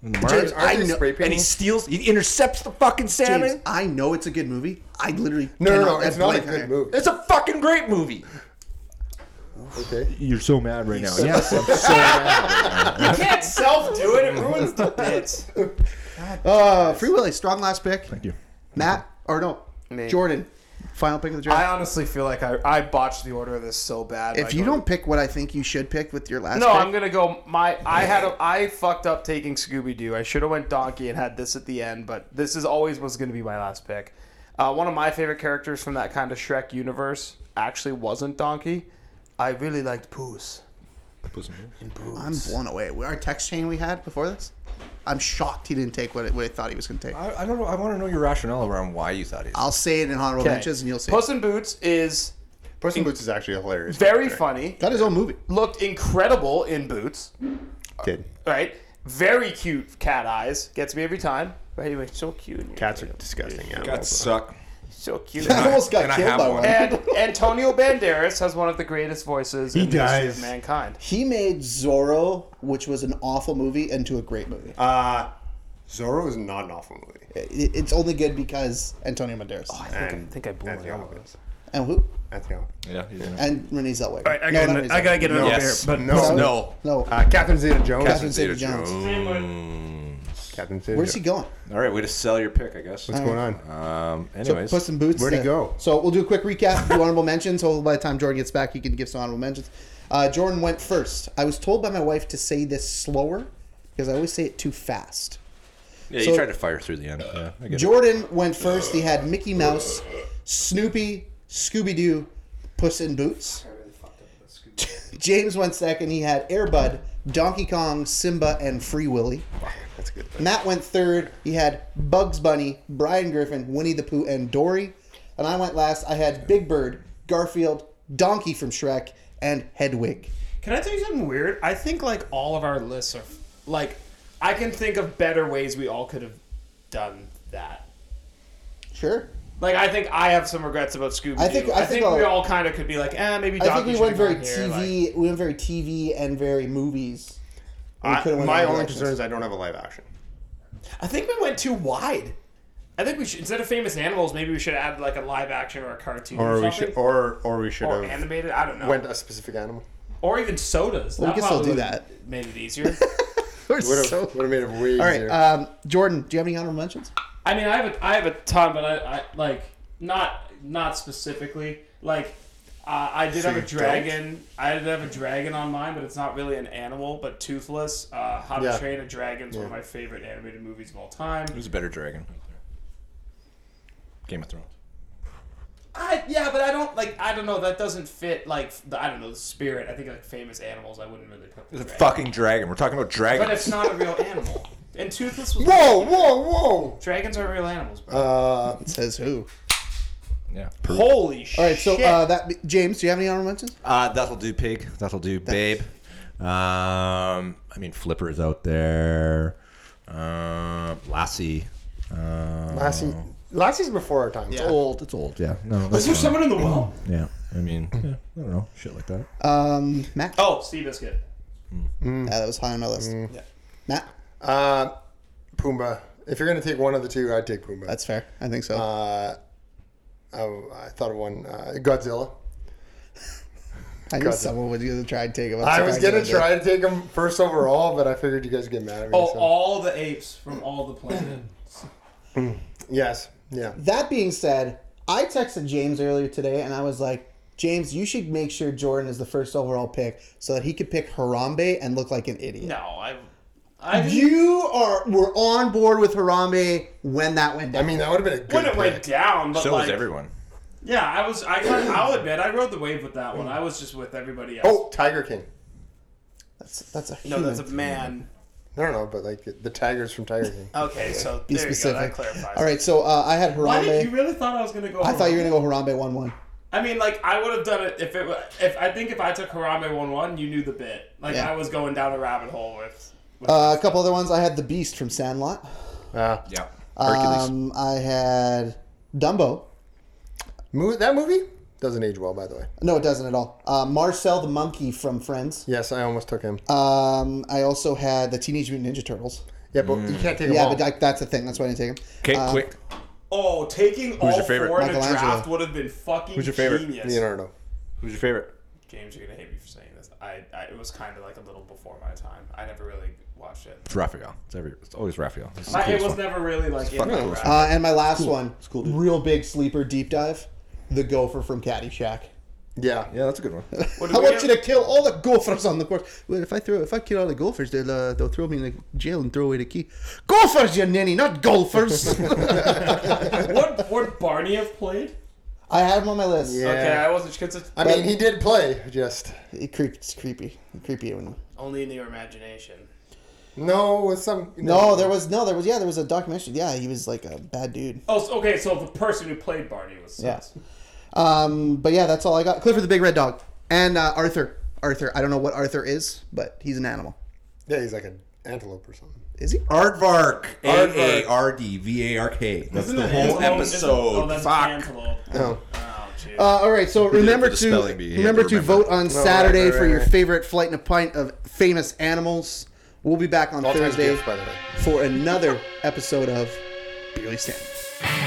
Speaker 6: In the
Speaker 4: aren't
Speaker 6: market.
Speaker 4: they
Speaker 3: know-
Speaker 4: spray
Speaker 6: and he
Speaker 4: painting?
Speaker 6: steals, he intercepts the fucking salmon.
Speaker 3: James, I know it's a good movie. I literally
Speaker 4: No, no,
Speaker 3: cannot
Speaker 4: no,
Speaker 3: let
Speaker 4: it's not a
Speaker 3: blank
Speaker 4: good
Speaker 3: on it.
Speaker 4: movie.
Speaker 6: It's a fucking great movie.
Speaker 4: Okay.
Speaker 6: You're so mad right now. Yes, I'm so mad.
Speaker 1: You can't self do it; it ruins the bit.
Speaker 3: Uh, Free Willy, strong last pick.
Speaker 6: Thank you.
Speaker 3: Matt or no,
Speaker 1: Me.
Speaker 3: Jordan, final pick of the draft.
Speaker 1: I honestly feel like I, I botched the order of this so bad. by
Speaker 3: if you
Speaker 1: going-
Speaker 3: don't pick what I think you should pick with your last
Speaker 1: no,
Speaker 3: pick,
Speaker 1: I'm gonna go. My I had a, I fucked up taking Scooby Doo. I should have went Donkey and had this at the end, but this is always was gonna be my last pick. Uh, one of my favorite characters from that kind of Shrek universe actually wasn't Donkey. I really liked Poos.
Speaker 3: I'm blown away. Our text chain we had before this, I'm shocked he didn't take what, what I thought he was going to take.
Speaker 6: I, I don't know. I want to know your rationale around why you thought it.
Speaker 3: I'll say it in honorable
Speaker 1: Okay.
Speaker 3: mentions, and you'll see.
Speaker 1: Puss in Boots is
Speaker 4: Puss in Boots is actually a hilarious.
Speaker 1: very
Speaker 4: character.
Speaker 1: funny.
Speaker 3: Got his own movie.
Speaker 1: Looked incredible in Boots.
Speaker 4: Did.
Speaker 1: Right, very cute cat eyes. Gets me every time. But anyway, so cute.
Speaker 4: Cats are disgusting
Speaker 6: That
Speaker 4: animals.
Speaker 6: suck.
Speaker 1: So cute.
Speaker 3: I almost got
Speaker 6: and I
Speaker 3: killed
Speaker 6: have
Speaker 3: by
Speaker 6: one.
Speaker 3: one.
Speaker 1: And Antonio Banderas has one of the greatest voices in the history of
Speaker 4: does.
Speaker 1: mankind.
Speaker 3: He made Zorro, which was an awful movie, into a great movie.
Speaker 4: Uh, Zorro is not an awful movie.
Speaker 3: I- it's only good because Antonio Banderas
Speaker 4: And I
Speaker 1: think I blew
Speaker 4: Anthony
Speaker 1: it out.
Speaker 4: Hopkins.
Speaker 3: and who
Speaker 4: Anthony Hopkins.
Speaker 6: Yeah. He's gonna-
Speaker 3: and Renee Zellweger.
Speaker 5: I
Speaker 3: no,
Speaker 5: gotta,
Speaker 3: not Renee
Speaker 5: I gotta
Speaker 3: Zellweger.
Speaker 5: get it over
Speaker 6: Yes.
Speaker 5: here, but
Speaker 4: No.
Speaker 6: No.
Speaker 3: No,
Speaker 4: Uh, Catherine Zeta-Jones.
Speaker 3: Catherine Zeta-Jones.
Speaker 4: Catherine Zeta.
Speaker 3: Where's he going?
Speaker 6: Mm. All right, way to sell your pick, I guess.
Speaker 4: What's going on?
Speaker 6: Um.
Speaker 3: So
Speaker 6: Anyways,
Speaker 3: Puss in Boots.
Speaker 4: Where'd he
Speaker 3: uh,
Speaker 4: go?
Speaker 3: So we'll do a quick recap. Do honorable mentions. Hopefully, by the time Jordan gets back, he can give some honorable mentions. Uh, Jordan went first. I was told by my wife to say this slower because I always say it too fast.
Speaker 6: yeah, you
Speaker 3: so-
Speaker 6: tried to fire through the end. Yeah, I get it.
Speaker 3: Jordan went first. He had Mickey Mouse, Snoopy, Scooby Doo, Puss in Boots. James went second. He had Airbud, Donkey Kong, Simba, and Free Willy.
Speaker 4: That's good.
Speaker 3: Matt went third. He had Bugs Bunny, Brian Griffin, Winnie the Pooh, and Dory. And I went last. I had Big Bird, Garfield, Donkey from Shrek, and Hedwig.
Speaker 1: Can I tell you something weird? I think like all of our lists are like I can think of better ways we all could have done that.
Speaker 3: Sure.
Speaker 1: Like I think I have some regrets about Scooby.
Speaker 3: I think- I
Speaker 1: I think,
Speaker 3: think
Speaker 1: we
Speaker 3: I'll-
Speaker 1: all kind of could be like, eh, maybe.
Speaker 3: I think
Speaker 1: Donkey
Speaker 3: we went very
Speaker 1: should've gone here, like-
Speaker 3: TV. we went very TV and very movies. We
Speaker 4: I,
Speaker 3: could've went
Speaker 4: my
Speaker 3: other
Speaker 4: only
Speaker 3: directions.
Speaker 4: concern is I don't have a live action.
Speaker 1: I think we went too wide. I think we should instead of famous animals, maybe we should add like a live action or a cartoon or,
Speaker 4: Or we
Speaker 1: something.
Speaker 4: should, or or we should
Speaker 1: or
Speaker 4: have
Speaker 1: animated. I don't know.
Speaker 4: went a specific animal.
Speaker 1: or even sodas.
Speaker 3: Well, we
Speaker 1: That
Speaker 3: can still
Speaker 1: probably
Speaker 3: do
Speaker 1: would've Made it easier.
Speaker 4: Would have would have made it way
Speaker 3: All right,
Speaker 4: easier.
Speaker 3: um, Jordan. Do you have any honorable mentions?
Speaker 1: I mean, I have a, I have a ton, but I, I like not not specifically. Like, uh, I did have a
Speaker 4: you
Speaker 1: dragon. I did have a dragon on mine, but it's not really an animal, but toothless. Uh, How to
Speaker 4: Yeah.
Speaker 1: Train a Dragon is one of my favorite animated movies of all time.
Speaker 6: Who's a better dragon? Game of Thrones.
Speaker 1: I, yeah, but I don't like. I don't know. That doesn't fit. Like, the, I don't know the spirit. I think like famous animals. I wouldn't really put the
Speaker 6: It's a
Speaker 1: dragon.
Speaker 6: fucking dragon. We're talking about dragons.
Speaker 1: But it's not a real animal. And toothless was
Speaker 4: Whoa, whoa,
Speaker 1: dragons aren't real animals. Bro.
Speaker 4: whoa! Uh,
Speaker 3: Says who?
Speaker 6: yeah.
Speaker 1: Holy shit!
Speaker 3: uh, All right, so uh, that James, do you have any honorable mentions?
Speaker 6: Uh, that'll do, pig. That'll do, babe. Um, I mean, Flipper's out there. Uh, Lassie. Uh,
Speaker 4: Lassie, Lassie's before our time.
Speaker 6: It's old. It's old. Yeah. No.
Speaker 1: Was
Speaker 6: That's
Speaker 1: there
Speaker 6: fine.
Speaker 1: someone in the well?
Speaker 6: Yeah. I mean, yeah, I don't know. Shit like that.
Speaker 3: Um, Matt.
Speaker 8: Oh, Seabiscuit.
Speaker 3: Yeah, that was high on my list.
Speaker 8: Yeah.
Speaker 3: Matt.
Speaker 4: Uh, Pumbaa. If you're gonna take one of the two, I'd take Pumbaa.
Speaker 3: That's fair. I think so.
Speaker 4: Uh, I, I thought of one. Uh, Godzilla.
Speaker 3: I knew
Speaker 4: God.
Speaker 3: someone was gonna try and take him. I'm
Speaker 4: I was
Speaker 3: surprised you
Speaker 4: gonna
Speaker 3: didn't.
Speaker 4: try to take him first overall, but I figured you guys would get mad at me.
Speaker 1: Oh,
Speaker 4: so-
Speaker 1: all the apes from all the planets.
Speaker 4: yes, yeah.
Speaker 3: That being said, I texted James earlier today, and I was like, James, you should make sure Jordan is the first overall pick so that he could pick Harambe and look like an idiot.
Speaker 1: No, oh, I. I didn't-
Speaker 3: You are were on board with Harambe when that went
Speaker 4: I
Speaker 3: down.
Speaker 4: mean, that would have been a good.
Speaker 1: when
Speaker 4: pick.
Speaker 1: it went down, but
Speaker 6: So
Speaker 1: like,
Speaker 6: is everyone.
Speaker 1: yeah, I was. I kind of, I'll admit, I rode the wave with that one. I was just with everybody else.
Speaker 4: Oh, Tiger King.
Speaker 3: That's that's a
Speaker 8: No,
Speaker 3: human.
Speaker 8: that's a man.
Speaker 4: I don't know, but like the tigers from Tiger King.
Speaker 3: Uh,
Speaker 8: Okay, so
Speaker 3: Be
Speaker 8: there you go. That
Speaker 3: specific.
Speaker 8: clarifies.
Speaker 3: All right, so uh, I had
Speaker 1: Why did you
Speaker 3: Harambe.
Speaker 1: really thought I was gonna go?
Speaker 3: I thought you were gonna go Harambe one one.
Speaker 1: I mean, like I would have done it if it wa- if I think if I took Harambe one one, you knew the bit. Like
Speaker 3: Yeah.
Speaker 1: I was going down a rabbit hole with. with
Speaker 3: Uh, a couple other ones. I had the Beast from Sandlot.
Speaker 4: Uh,
Speaker 6: Yeah.
Speaker 3: Um, I had Dumbo.
Speaker 4: mo- that movie doesn't age well, by the way.
Speaker 3: No, it doesn't at all. Uh, Marcel the monkey from Friends.
Speaker 4: Yes, I almost took him.
Speaker 3: Um, I also had the Teenage Mutant Ninja Turtles.
Speaker 4: yeah, but you can't take them
Speaker 3: Yeah,
Speaker 4: all.
Speaker 3: but like, that's the thing. That's why I didn't take him.
Speaker 6: Okay. quick.
Speaker 1: oh, taking all
Speaker 6: your favorite?
Speaker 1: four in a
Speaker 3: Michelangelo.
Speaker 1: draft would have been fucking
Speaker 6: Who's your favorite?
Speaker 1: genius.
Speaker 4: Leonardo.
Speaker 6: Who's your favorite?
Speaker 1: James, you're gonna hate me for saying this. I, I it was kind of like a little before my time. I never really watched it.
Speaker 6: It's Raphael. It's every. It's always Raphael. This is the
Speaker 1: I, it
Speaker 6: coolest
Speaker 1: was
Speaker 6: one.
Speaker 1: never really like in
Speaker 6: fucking
Speaker 1: my
Speaker 6: cool.
Speaker 1: grasp.
Speaker 3: Uh, and my last one, real big sleeper deep dive, the gopher from Caddyshack.
Speaker 4: Yeah.
Speaker 6: Yeah, that's a good one.
Speaker 1: What
Speaker 3: I
Speaker 1: do we
Speaker 3: want
Speaker 1: get?
Speaker 3: you to kill all the gophers on the course. Well, if I throw, if I kill all the gophers, they'll uh, they'll throw me in the jail and throw away the key. Gophers, you ninny, not golfers.
Speaker 1: What would Barney have played?
Speaker 3: I had him on my list.
Speaker 4: Yeah.
Speaker 1: Okay, I wasn't because
Speaker 4: I mean, he did play. Just
Speaker 3: It creeps, it's creepy, creepy. When,
Speaker 8: Only in your imagination.
Speaker 4: no with some.
Speaker 3: no, there was no, there was yeah, there was a documentary. Yeah, he was like a bad dude.
Speaker 1: Oh, so- okay. So the person who played Barney was
Speaker 3: Yeah. Um, but yeah, that's all I got. Clifford the big red dog and uh, Arthur. Arthur. I don't know what Arthur is, but he's an animal.
Speaker 4: Yeah, he's like an antelope or something.
Speaker 3: Is he?
Speaker 6: Aardvark.
Speaker 4: Aardvark.
Speaker 6: A A R D V A R K. That's
Speaker 1: Isn't
Speaker 6: the
Speaker 1: it
Speaker 6: whole
Speaker 1: antelope? Isn't- Oh,
Speaker 6: episode.
Speaker 1: that's
Speaker 6: Fuck.
Speaker 1: antelope.
Speaker 4: No.
Speaker 1: Oh, jeez.
Speaker 3: Uh, all right, so
Speaker 6: did it
Speaker 3: remember
Speaker 6: for the
Speaker 3: to
Speaker 6: spelling bee. You had
Speaker 3: remember
Speaker 6: to
Speaker 3: to
Speaker 6: remember.
Speaker 3: vote on
Speaker 4: right,
Speaker 3: Saturday
Speaker 4: right,
Speaker 3: for
Speaker 4: right,
Speaker 3: your
Speaker 4: right.
Speaker 3: favorite flight and a pint of famous animals. We'll be back on
Speaker 4: All times
Speaker 3: Thursday
Speaker 4: gifts, by the way.
Speaker 3: for another episode of Barely Standing.
Speaker 9: Thank